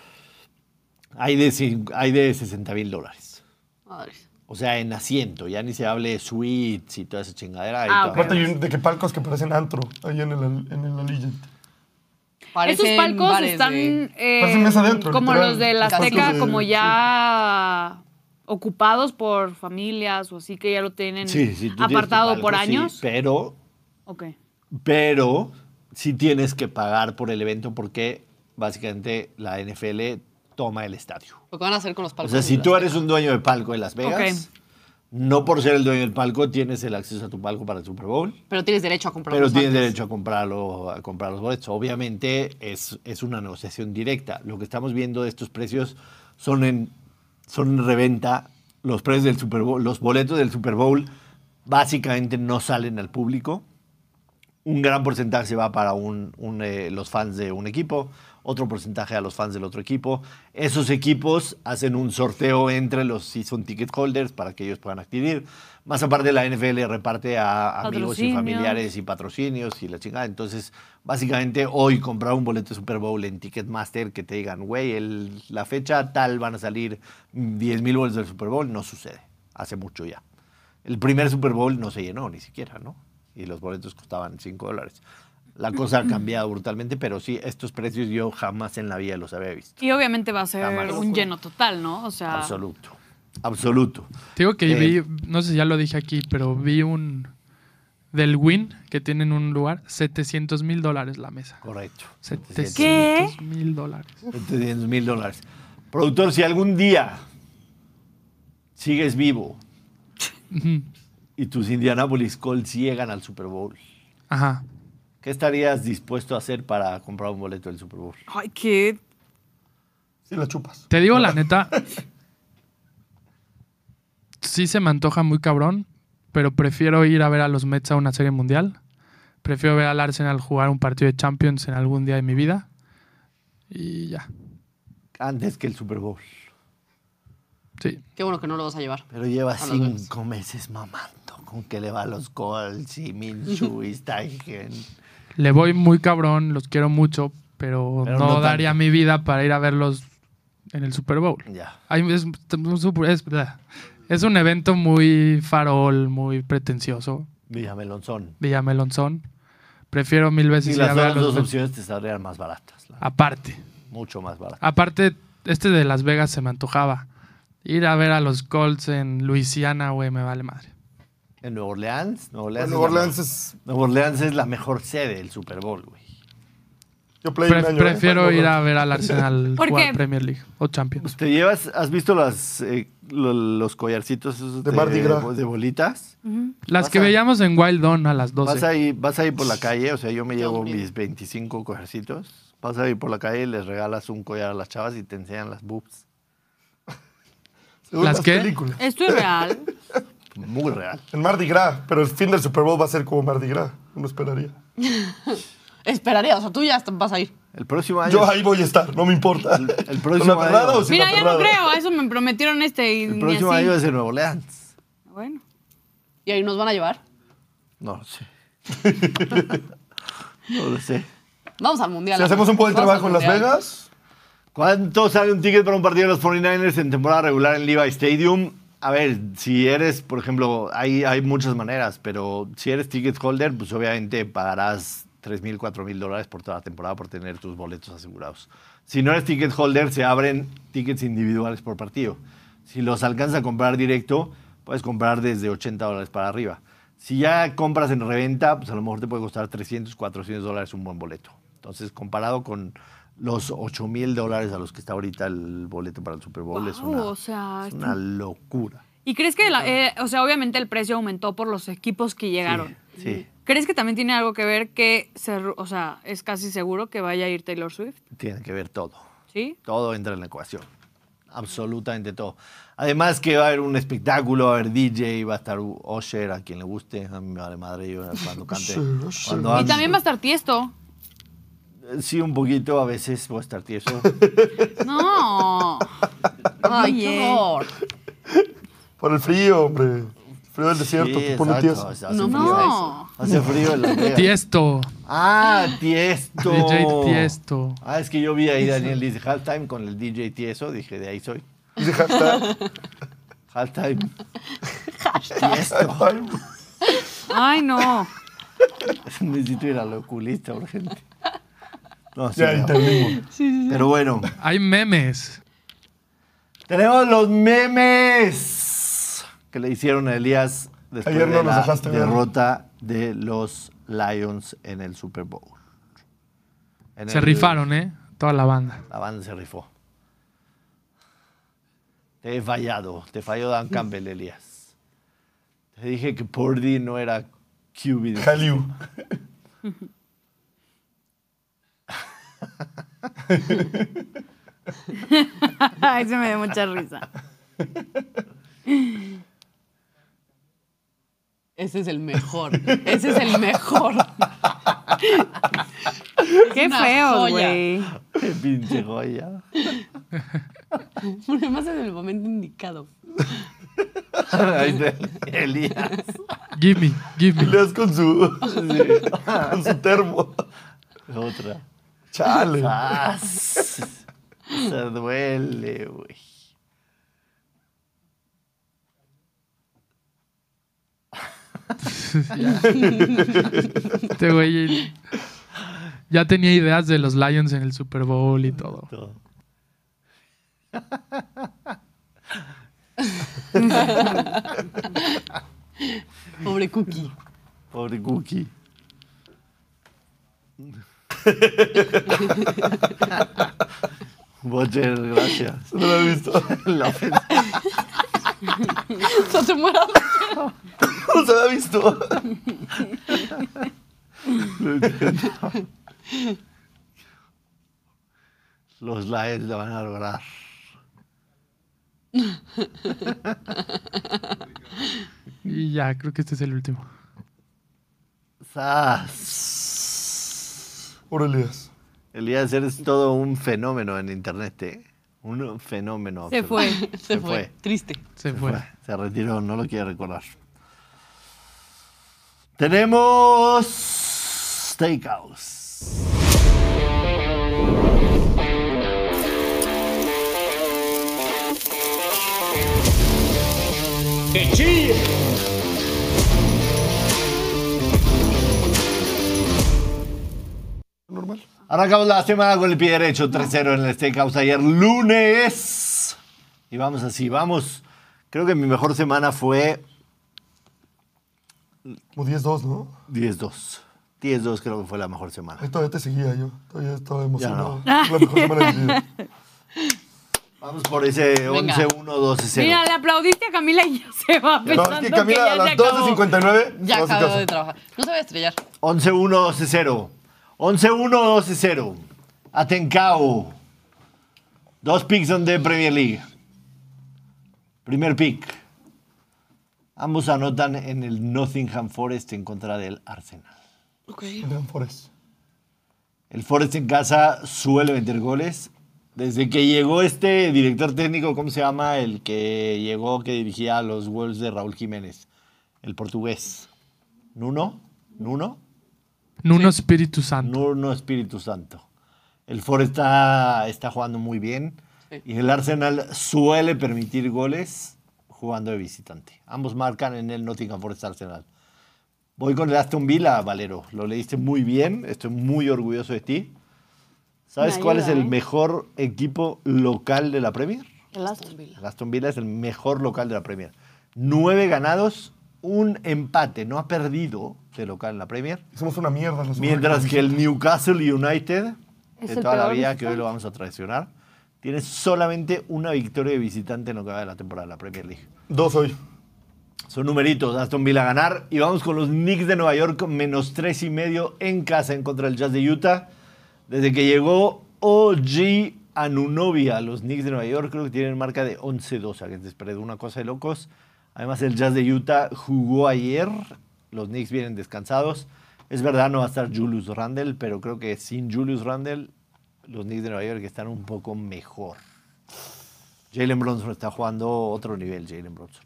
Speaker 1: Hay de, cin- hay de 60 mil dólares.
Speaker 5: Madre.
Speaker 1: O sea, en asiento. Ya ni se hable de suites y toda esa chingadera. Ahí
Speaker 3: Ah,
Speaker 1: todavía-
Speaker 4: Aparte hay un- de que palcos que parecen antro ahí en el, en el Allegiant.
Speaker 5: Parecen
Speaker 3: Esos palcos
Speaker 5: bares
Speaker 3: están
Speaker 5: de-
Speaker 3: eh,
Speaker 4: Parecen mesa adentro,
Speaker 3: como
Speaker 4: literal.
Speaker 3: los de la
Speaker 4: Palcos
Speaker 3: Azteca,
Speaker 4: de-
Speaker 3: como
Speaker 4: sí.
Speaker 3: ya ocupados por familias o así que ya lo tienen
Speaker 1: Sí, sí, tú tienes tu
Speaker 3: apartado
Speaker 1: palco,
Speaker 3: por
Speaker 1: sí,
Speaker 3: años.
Speaker 1: pero,
Speaker 3: Ok.
Speaker 1: pero sí tienes que pagar por el evento porque básicamente la NFL toma el estadio.
Speaker 5: Lo que van a hacer con los
Speaker 1: O
Speaker 5: palcos.
Speaker 1: sea, si
Speaker 5: de
Speaker 1: tú
Speaker 5: las-
Speaker 1: eres un dueño de palco en Las Vegas, no por ser el dueño del palco tienes el acceso a tu palco para el Super Bowl,
Speaker 5: Pero tienes derecho a comprar
Speaker 1: pero
Speaker 5: los
Speaker 1: tienes
Speaker 5: antes.
Speaker 1: derecho a comprarlo, a comprar los boletos. Obviamente es, es una negociación directa. Lo que estamos viendo de estos precios son en son reventa. Los precios del Super Bowl, los boletos del Super Bowl básicamente no salen al público. Un gran porcentaje va para un- un, eh, los fans de un equipo, otro porcentaje a los fans del otro equipo. Esos equipos hacen un sorteo entre los season ticket holders para que ellos puedan adquirir. Más aparte, la NFL reparte a amigos y
Speaker 3: Patrocinios.
Speaker 1: familiares y patrocinios y la chingada. Entonces, básicamente, hoy comprar un boleto de Super Bowl en Ticketmaster que te digan, güey, el- la fecha tal van a salir 10 mil boletos del Super Bowl, no sucede. Hace mucho ya. El primer Super Bowl no se llenó ni siquiera, ¿no? Y los boletos costaban 5 dólares. La cosa ha cambiado brutalmente, pero sí, estos precios yo jamás en la vida los había visto.
Speaker 3: Y obviamente va a ser
Speaker 1: Jamás.
Speaker 3: un lleno total, ¿no? O sea,
Speaker 1: Absoluto. Absoluto.
Speaker 2: Te digo que
Speaker 1: Eh.
Speaker 2: vi, no sé si ya lo dije aquí, pero vi un del Win que tienen un lugar, 700 mil dólares la mesa.
Speaker 1: Correcto.
Speaker 2: 700
Speaker 3: ¿Qué?
Speaker 2: mil dólares.
Speaker 1: 700 mil dólares. Productor, si algún día sigues vivo
Speaker 2: Ujú.
Speaker 1: y tus Indianapolis Colts llegan al Super Bowl,
Speaker 2: Ajá.
Speaker 1: ¿qué estarías dispuesto a hacer para comprar un boleto del Super Bowl?
Speaker 3: ay, qué.
Speaker 4: Sí, la chupas.
Speaker 2: Te digo la neta. Sí se me antoja muy cabrón, pero prefiero ir a ver a los Mets a una serie mundial. Prefiero ver al Arsenal jugar un partido de Champions en algún día de mi vida. Y ya.
Speaker 1: Antes que el Super Bowl.
Speaker 2: Sí.
Speaker 5: Qué bueno que no lo vas a llevar.
Speaker 1: Pero lleva
Speaker 5: A Las Vegas.
Speaker 1: cinco meses mamando con que le va a los Colts y Minshew y Steichen.
Speaker 2: Le voy muy cabrón, los quiero mucho, pero,
Speaker 1: Pero
Speaker 2: no,
Speaker 1: no
Speaker 2: daría
Speaker 1: tanto.
Speaker 2: mi vida para ir a verlos en el Super Bowl.
Speaker 1: Ya.
Speaker 2: Ay, es, es- es un evento muy farol, muy pretencioso.
Speaker 1: Villamelonzón.
Speaker 2: Villamelonzón. Prefiero mil
Speaker 1: Y
Speaker 2: veces ir a
Speaker 1: las
Speaker 2: ver a
Speaker 1: otras
Speaker 2: los
Speaker 1: dos
Speaker 2: Mets.
Speaker 1: opciones te saldrían más baratas. la-
Speaker 2: Aparte.
Speaker 1: Mucho más baratas.
Speaker 2: Aparte, este de Las Vegas se me antojaba. Ir a ver a los Colts en Luisiana, güey, me vale madre.
Speaker 1: En Nueva Orleans. Nueva Orleans,
Speaker 4: Bueno,
Speaker 1: es
Speaker 4: Nueva
Speaker 1: la
Speaker 4: Orleans
Speaker 1: mejor-
Speaker 4: es.
Speaker 1: Nueva Orleans es la mejor sede del Super Bowl, güey.
Speaker 4: Yo play
Speaker 2: Pre-
Speaker 4: un año. ¿eh?
Speaker 2: prefiero
Speaker 4: Nueva
Speaker 2: ir a
Speaker 4: Orleans.
Speaker 2: ver al Arsenal
Speaker 3: [laughs] ¿Por
Speaker 2: jugar
Speaker 3: qué?
Speaker 2: Premier League o Champions.
Speaker 1: Pues, ¿Te llevas, has visto las, eh, lo- los collarcitos esos
Speaker 4: De Mardi Gras.
Speaker 1: bo- de bolitas?
Speaker 2: Las
Speaker 1: Pues Vas
Speaker 2: que
Speaker 1: a-
Speaker 2: veíamos en Wild Dawn a las
Speaker 1: Vas
Speaker 2: 12.
Speaker 1: ahí, vas ahí por la calle, o sea, yo me llevo
Speaker 5: aburrido.
Speaker 1: mis 25 collarcitos. Vas ahí por la calle y les regalas un collar a las chavas y te enseñan las boobs.
Speaker 4: Según
Speaker 2: ¿Las qué?
Speaker 4: películas.
Speaker 3: Esto
Speaker 1: [laughs]
Speaker 3: es real.
Speaker 1: Muy real.
Speaker 4: En Mardi Gras, pero el fin del Super Bowl va a ser como Mardi Gras. Uno esperaría.
Speaker 5: Esperaría, o sea, tú ya hasta vas a ir.
Speaker 1: El próximo año.
Speaker 4: Yo ahí voy a estar, no me importa.
Speaker 1: el próximo
Speaker 4: ¿Una perrada
Speaker 1: año.
Speaker 4: o sin
Speaker 3: Mira,
Speaker 4: una
Speaker 3: ya no
Speaker 4: perrada?
Speaker 3: creo. Eso me prometieron este y
Speaker 1: el
Speaker 3: ni
Speaker 1: próximo
Speaker 3: así.
Speaker 1: año es en Nueva Orleans.
Speaker 3: Bueno.
Speaker 5: ¿Y ahí nos van a llevar?
Speaker 1: No lo sé.
Speaker 3: [laughs]
Speaker 1: no lo sé.
Speaker 5: Vamos al mundial.
Speaker 4: Si hacemos un
Speaker 5: amigos.
Speaker 4: buen
Speaker 5: Vamos
Speaker 4: trabajo
Speaker 5: al
Speaker 4: en Las
Speaker 5: Mundial.
Speaker 4: Vegas,
Speaker 1: ¿Cuánto sale un ticket para un partido de los 49ers en temporada regular en Levi Stadium? A ver, si eres, por ejemplo, hay, hay muchas maneras, pero si eres ticket holder, pues obviamente pagarás 3.000, 4.000 dólares por toda la temporada por tener tus boletos asegurados. Si no eres ticket holder, se abren tickets individuales por partido. Si los alcanzas a comprar directo, puedes comprar desde 80 dólares para arriba. Si ya compras en reventa, pues a lo mejor te puede costar 300, 400 dólares un buen boleto. Entonces, comparado con los 8 mil dólares a los que está ahorita el boleto para el Super Bowl, es
Speaker 3: Guau,
Speaker 1: una,
Speaker 3: o sea,
Speaker 1: es
Speaker 3: es
Speaker 1: una locura.
Speaker 3: ¿Y crees que, la- eh, o sea, obviamente el precio aumentó por los equipos que llegaron?
Speaker 1: Sí, sí,
Speaker 3: ¿Crees que también tiene algo que ver que, se ru- o sea, es casi seguro que vaya a ir Taylor Swift?
Speaker 1: tiene que ver todo.
Speaker 3: ¿Sí?
Speaker 1: Todo entra en la ecuación. Absolutamente todo. Además que va a haber un espectáculo, va a haber DJ, va a estar Osher, a quien le guste, a mí me vale madre yo cuando cante. cuando
Speaker 3: Y
Speaker 1: hable.
Speaker 3: también va a estar tiesto.
Speaker 1: Sí, un poquito, a veces voy a estar tieso.
Speaker 5: [laughs]
Speaker 3: No.
Speaker 5: Ay,
Speaker 3: Oye.
Speaker 5: qué horror.
Speaker 4: por el frío, hombre. Frío del
Speaker 1: Sí,
Speaker 4: desierto, te pone
Speaker 1: exacto,
Speaker 4: tieso.
Speaker 1: hace
Speaker 5: No,
Speaker 1: frío.
Speaker 3: no.
Speaker 1: Hace frío en la Vega.
Speaker 2: Tiesto.
Speaker 1: Ah,
Speaker 2: [laughs]
Speaker 1: Tiesto.
Speaker 2: DJ Tiesto.
Speaker 1: Ah, es que yo vi ahí Daniel dice halftime con el DJ Tieso, dije, de ahí soy.
Speaker 4: Dice hashtag.
Speaker 1: [laughs] Halftime. Tiesto.
Speaker 4: [laughs] Ay,
Speaker 3: Ay, no.
Speaker 1: Necesito ir al oculista urgente. No, sí,
Speaker 4: ya
Speaker 1: no.
Speaker 4: entendimos.
Speaker 1: Pero bueno,
Speaker 2: Hay memes.
Speaker 1: tenemos los memes que le hicieron a Elías después
Speaker 4: Ayer no
Speaker 1: de
Speaker 4: nos
Speaker 1: la
Speaker 4: dejaste ver.
Speaker 1: derrota de los Lions en el Super Bowl. En
Speaker 2: Se
Speaker 1: el-
Speaker 2: rifaron, ¿eh? Toda la banda.
Speaker 1: La banda se rifó. Te he fallado. Te falló Dan Campbell,
Speaker 4: [laughs]
Speaker 1: Elías. Te dije que Purdy no era QB.
Speaker 4: [laughs]
Speaker 1: de-
Speaker 4: Hallyu.
Speaker 5: [laughs]
Speaker 3: Ay, se me dio mucha risa.
Speaker 5: Ese es el mejor. Ese es el mejor. [laughs]
Speaker 3: Qué
Speaker 5: una
Speaker 3: feo,
Speaker 5: joya.
Speaker 3: güey.
Speaker 1: Qué pinche
Speaker 4: [laughs]
Speaker 1: joya.
Speaker 5: Porque más en el momento indicado.
Speaker 1: Ahí te- Elías.
Speaker 2: Give me, give
Speaker 1: [laughs]
Speaker 2: me.
Speaker 4: Elías con su, [laughs] con su termo.
Speaker 1: Otra.
Speaker 4: Chale.
Speaker 1: Ah, se duele, güey.
Speaker 2: Este güey ya tenía ideas de los Lions en el Super Bowl y todo.
Speaker 1: Todo.
Speaker 5: Pobre Cookie.
Speaker 1: Pobre
Speaker 4: [laughs]
Speaker 1: Cookie. Bocher, gracias.
Speaker 4: No lo he visto. [laughs]
Speaker 1: La ofensa.
Speaker 5: No se muera.
Speaker 4: No se había visto.
Speaker 1: Los Lions la van a lograr.
Speaker 2: Y ya, creo que este es el último.
Speaker 1: Sas.
Speaker 4: Pobre Elías.
Speaker 1: Elías, eres todo un fenómeno en internet, ¿eh? Un fenómeno.
Speaker 3: Se fue.
Speaker 5: Se, fue.
Speaker 1: fue.
Speaker 5: Triste.
Speaker 2: Se
Speaker 1: Se fue.
Speaker 2: fue.
Speaker 1: Se retiró, no lo quiero recordar. Tenemos Steakhouse.
Speaker 4: Normal.
Speaker 1: Arrancamos la semana con el pie derecho 3-0 en el Steakhouse ayer lunes. Y vamos así, vamos. Creo que mi mejor semana fue
Speaker 4: Como 10-2, ¿no?
Speaker 1: 10-2. 10-2 creo que fue la mejor semana.
Speaker 4: Ahí todavía te seguía yo. Todavía estaba emocionado.
Speaker 1: no.
Speaker 4: La mejor semana de mi vida.
Speaker 1: Vamos por ese
Speaker 5: Venga.
Speaker 1: 11-1-12-0.
Speaker 3: Mira, le aplaudiste a Camila y ya se va
Speaker 4: No,
Speaker 3: pensando
Speaker 4: es que
Speaker 3: que
Speaker 4: Camila
Speaker 3: ya
Speaker 4: a
Speaker 3: se
Speaker 4: las
Speaker 3: acabó.
Speaker 4: 12.59.
Speaker 5: Ya
Speaker 4: estaba en su
Speaker 5: acabó
Speaker 4: casa.
Speaker 5: de trabajar. No se va a estrellar.
Speaker 1: 11-1-12-0. 11-1-12-0. Atencao. Dos picks son de Premier League. Primer pick. Ambos anotan en el Nottingham Forest en contra del Arsenal.
Speaker 5: Ok.
Speaker 4: Nottingham Forest.
Speaker 1: El Forest en casa suele meter goles. Desde que llegó este director técnico, ¿cómo se llama? El que llegó, que dirigía a los Wolves de Raúl Jiménez. El portugués. Nuno. Nuno.
Speaker 2: Nuno Espíritu Santo.
Speaker 1: Nuno Espíritu Santo. El Forest está, está jugando muy bien.
Speaker 5: Sí.
Speaker 1: Y el Arsenal suele permitir goles jugando de visitante. Ambos marcan en el Nottingham Forest Arsenal. Voy con el Aston Villa, Valero. Lo leíste muy bien. Estoy muy orgulloso de ti. ¿Sabes
Speaker 3: Me
Speaker 1: cuál
Speaker 3: ayuda,
Speaker 1: es el
Speaker 3: ¿eh?
Speaker 1: mejor equipo local de la Premier?
Speaker 5: El Aston Villa.
Speaker 1: El Aston Villa es el mejor local de la Premier. Nueve ganados, un empate. No ha perdido de local en la Premier.
Speaker 4: Hicimos una mierda. la semana
Speaker 1: Mientras que el
Speaker 4: pasada.
Speaker 1: Newcastle United,
Speaker 3: Es
Speaker 1: de
Speaker 3: el
Speaker 1: toda la
Speaker 3: peor
Speaker 1: vida, que hoy
Speaker 3: visitante.
Speaker 1: lo vamos a traicionar, tiene solamente una victoria de visitante en lo que va de la temporada de la Premier League.
Speaker 4: Dos hoy.
Speaker 1: Son numeritos, Aston Villa a ganar. Y vamos con los Knicks de Nueva York, con menos tres y medio en casa en contra del Jazz de Utah. Desde que llegó OG Anunobi a los Knicks de Nueva York, creo que tienen marca de 11-2, a que despredo una cosa de locos. Además, el Jazz de Utah jugó ayer. Los Knicks vienen descansados. Es verdad, no va a estar Julius Randle, pero creo que sin Julius Randle, los Knicks de Nueva York están un poco mejor. Jalen Bronson está jugando otro nivel, Jalen Bronson.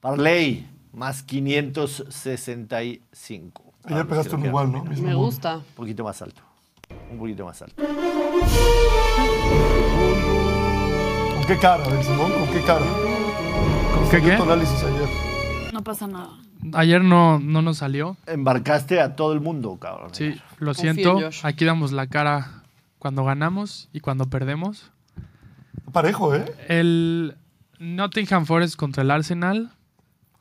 Speaker 1: Parley, más 565.
Speaker 4: Ayer pegaste
Speaker 1: Ah, Creo
Speaker 4: un
Speaker 1: que
Speaker 4: igual,
Speaker 1: era
Speaker 4: ¿no?
Speaker 5: Me gusta.
Speaker 1: Un poquito más alto. Un poquito más alto.
Speaker 4: ¿Con qué cara, Alex Simón? ¿Con qué cara? ¿Con
Speaker 2: qué qué?
Speaker 4: tu análisis ayer?
Speaker 3: No pasa nada.
Speaker 2: Ayer no, no nos salió.
Speaker 1: Embarcaste a todo el mundo, cabrón.
Speaker 2: Sí, lo
Speaker 5: Confía en
Speaker 2: siento.
Speaker 5: Josh.
Speaker 2: Aquí damos la cara cuando ganamos y cuando perdemos.
Speaker 4: Parejo, ¿eh?
Speaker 2: El Nottingham Forest contra el Arsenal.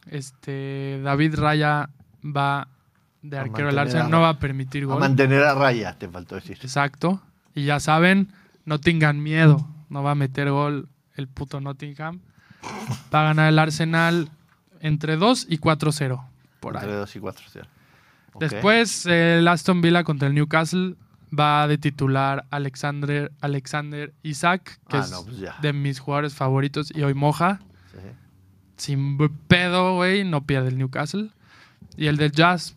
Speaker 2: Este David Raya va de
Speaker 1: A
Speaker 2: arquero del
Speaker 1: mantener
Speaker 2: Arsenal.
Speaker 1: a-
Speaker 2: No va a permitir
Speaker 1: A
Speaker 2: gol.
Speaker 1: mantener a raya, te faltó decir.
Speaker 2: Exacto. Y ya saben, no tengan miedo. No va a meter gol el puto Nottingham. Va a ganar el Arsenal entre 2 y 4-0. Por ahí.
Speaker 1: Entre 2 y 4,
Speaker 2: Después el Aston Villa contra el Newcastle. Va de titular Alexander, Alexander Isaac, que
Speaker 1: Ah,
Speaker 2: es
Speaker 1: no, pues ya.
Speaker 2: de mis jugadores favoritos, y hoy moja.
Speaker 1: Sí.
Speaker 2: Sin b- pedo, güey, no pierde el Newcastle. Y el del Jazz,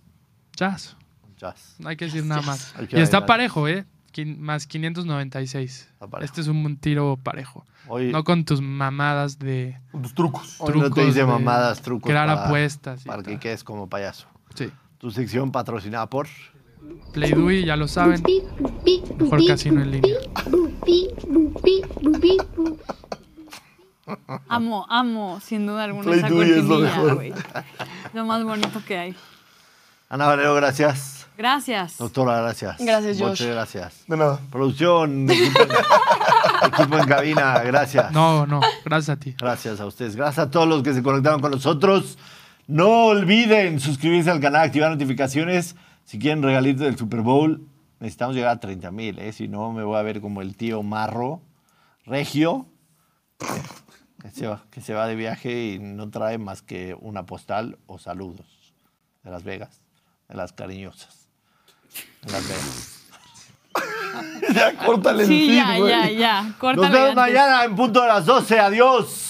Speaker 2: Jazz,
Speaker 1: Muchas.
Speaker 2: no hay que decir nada más.
Speaker 1: Hay que
Speaker 2: Y está
Speaker 1: bailar.
Speaker 2: parejo, ¿eh? Quin- más 596.
Speaker 1: Está parejo.
Speaker 2: Este es un tiro parejo.
Speaker 1: Hoy,
Speaker 2: No con tus mamadas de...
Speaker 4: Tus trucos.
Speaker 1: hoy no te
Speaker 2: trucos
Speaker 1: hice
Speaker 2: de
Speaker 1: mamadas, trucos.
Speaker 2: crear
Speaker 1: para-
Speaker 2: apuestas y
Speaker 1: Para que
Speaker 2: tal.
Speaker 1: quedes como payaso.
Speaker 2: Sí.
Speaker 1: Tu sección patrocinada por.
Speaker 2: Playduy, ya lo saben. Mejor casino en línea.
Speaker 3: Amo, amo, sin duda alguna,
Speaker 4: Play
Speaker 3: esa
Speaker 4: Duy es lo
Speaker 3: cortinilla,
Speaker 4: mejor.
Speaker 3: güey. Lo más bonito que hay.
Speaker 1: Ana Valero, gracias.
Speaker 3: Gracias.
Speaker 1: Doctora, gracias.
Speaker 5: Gracias, Josh.
Speaker 1: Boche, gracias.
Speaker 4: De nada.
Speaker 1: Producción, equipo en, [laughs] equipo en cabina, gracias.
Speaker 2: No, no, gracias a ti.
Speaker 1: Gracias a ustedes. Gracias a todos los que se conectaron con nosotros. No olviden suscribirse al canal, activar notificaciones. Si quieren regalitos del Super Bowl, necesitamos llegar a 30 mil. ¿eh? Si no, me voy a ver como el tío Marro, Regio, que se, va, que se va de viaje y no trae más que una postal o saludos de Las Vegas, de las cariñosas. De Las Vegas.
Speaker 4: Ya, córtale el
Speaker 3: Sí,
Speaker 4: feed,
Speaker 3: ya,
Speaker 4: güey.
Speaker 3: ya, ya.
Speaker 1: Nos
Speaker 3: Córtale
Speaker 1: vemos
Speaker 3: antes.
Speaker 1: mañana en punto de las 12. Adiós.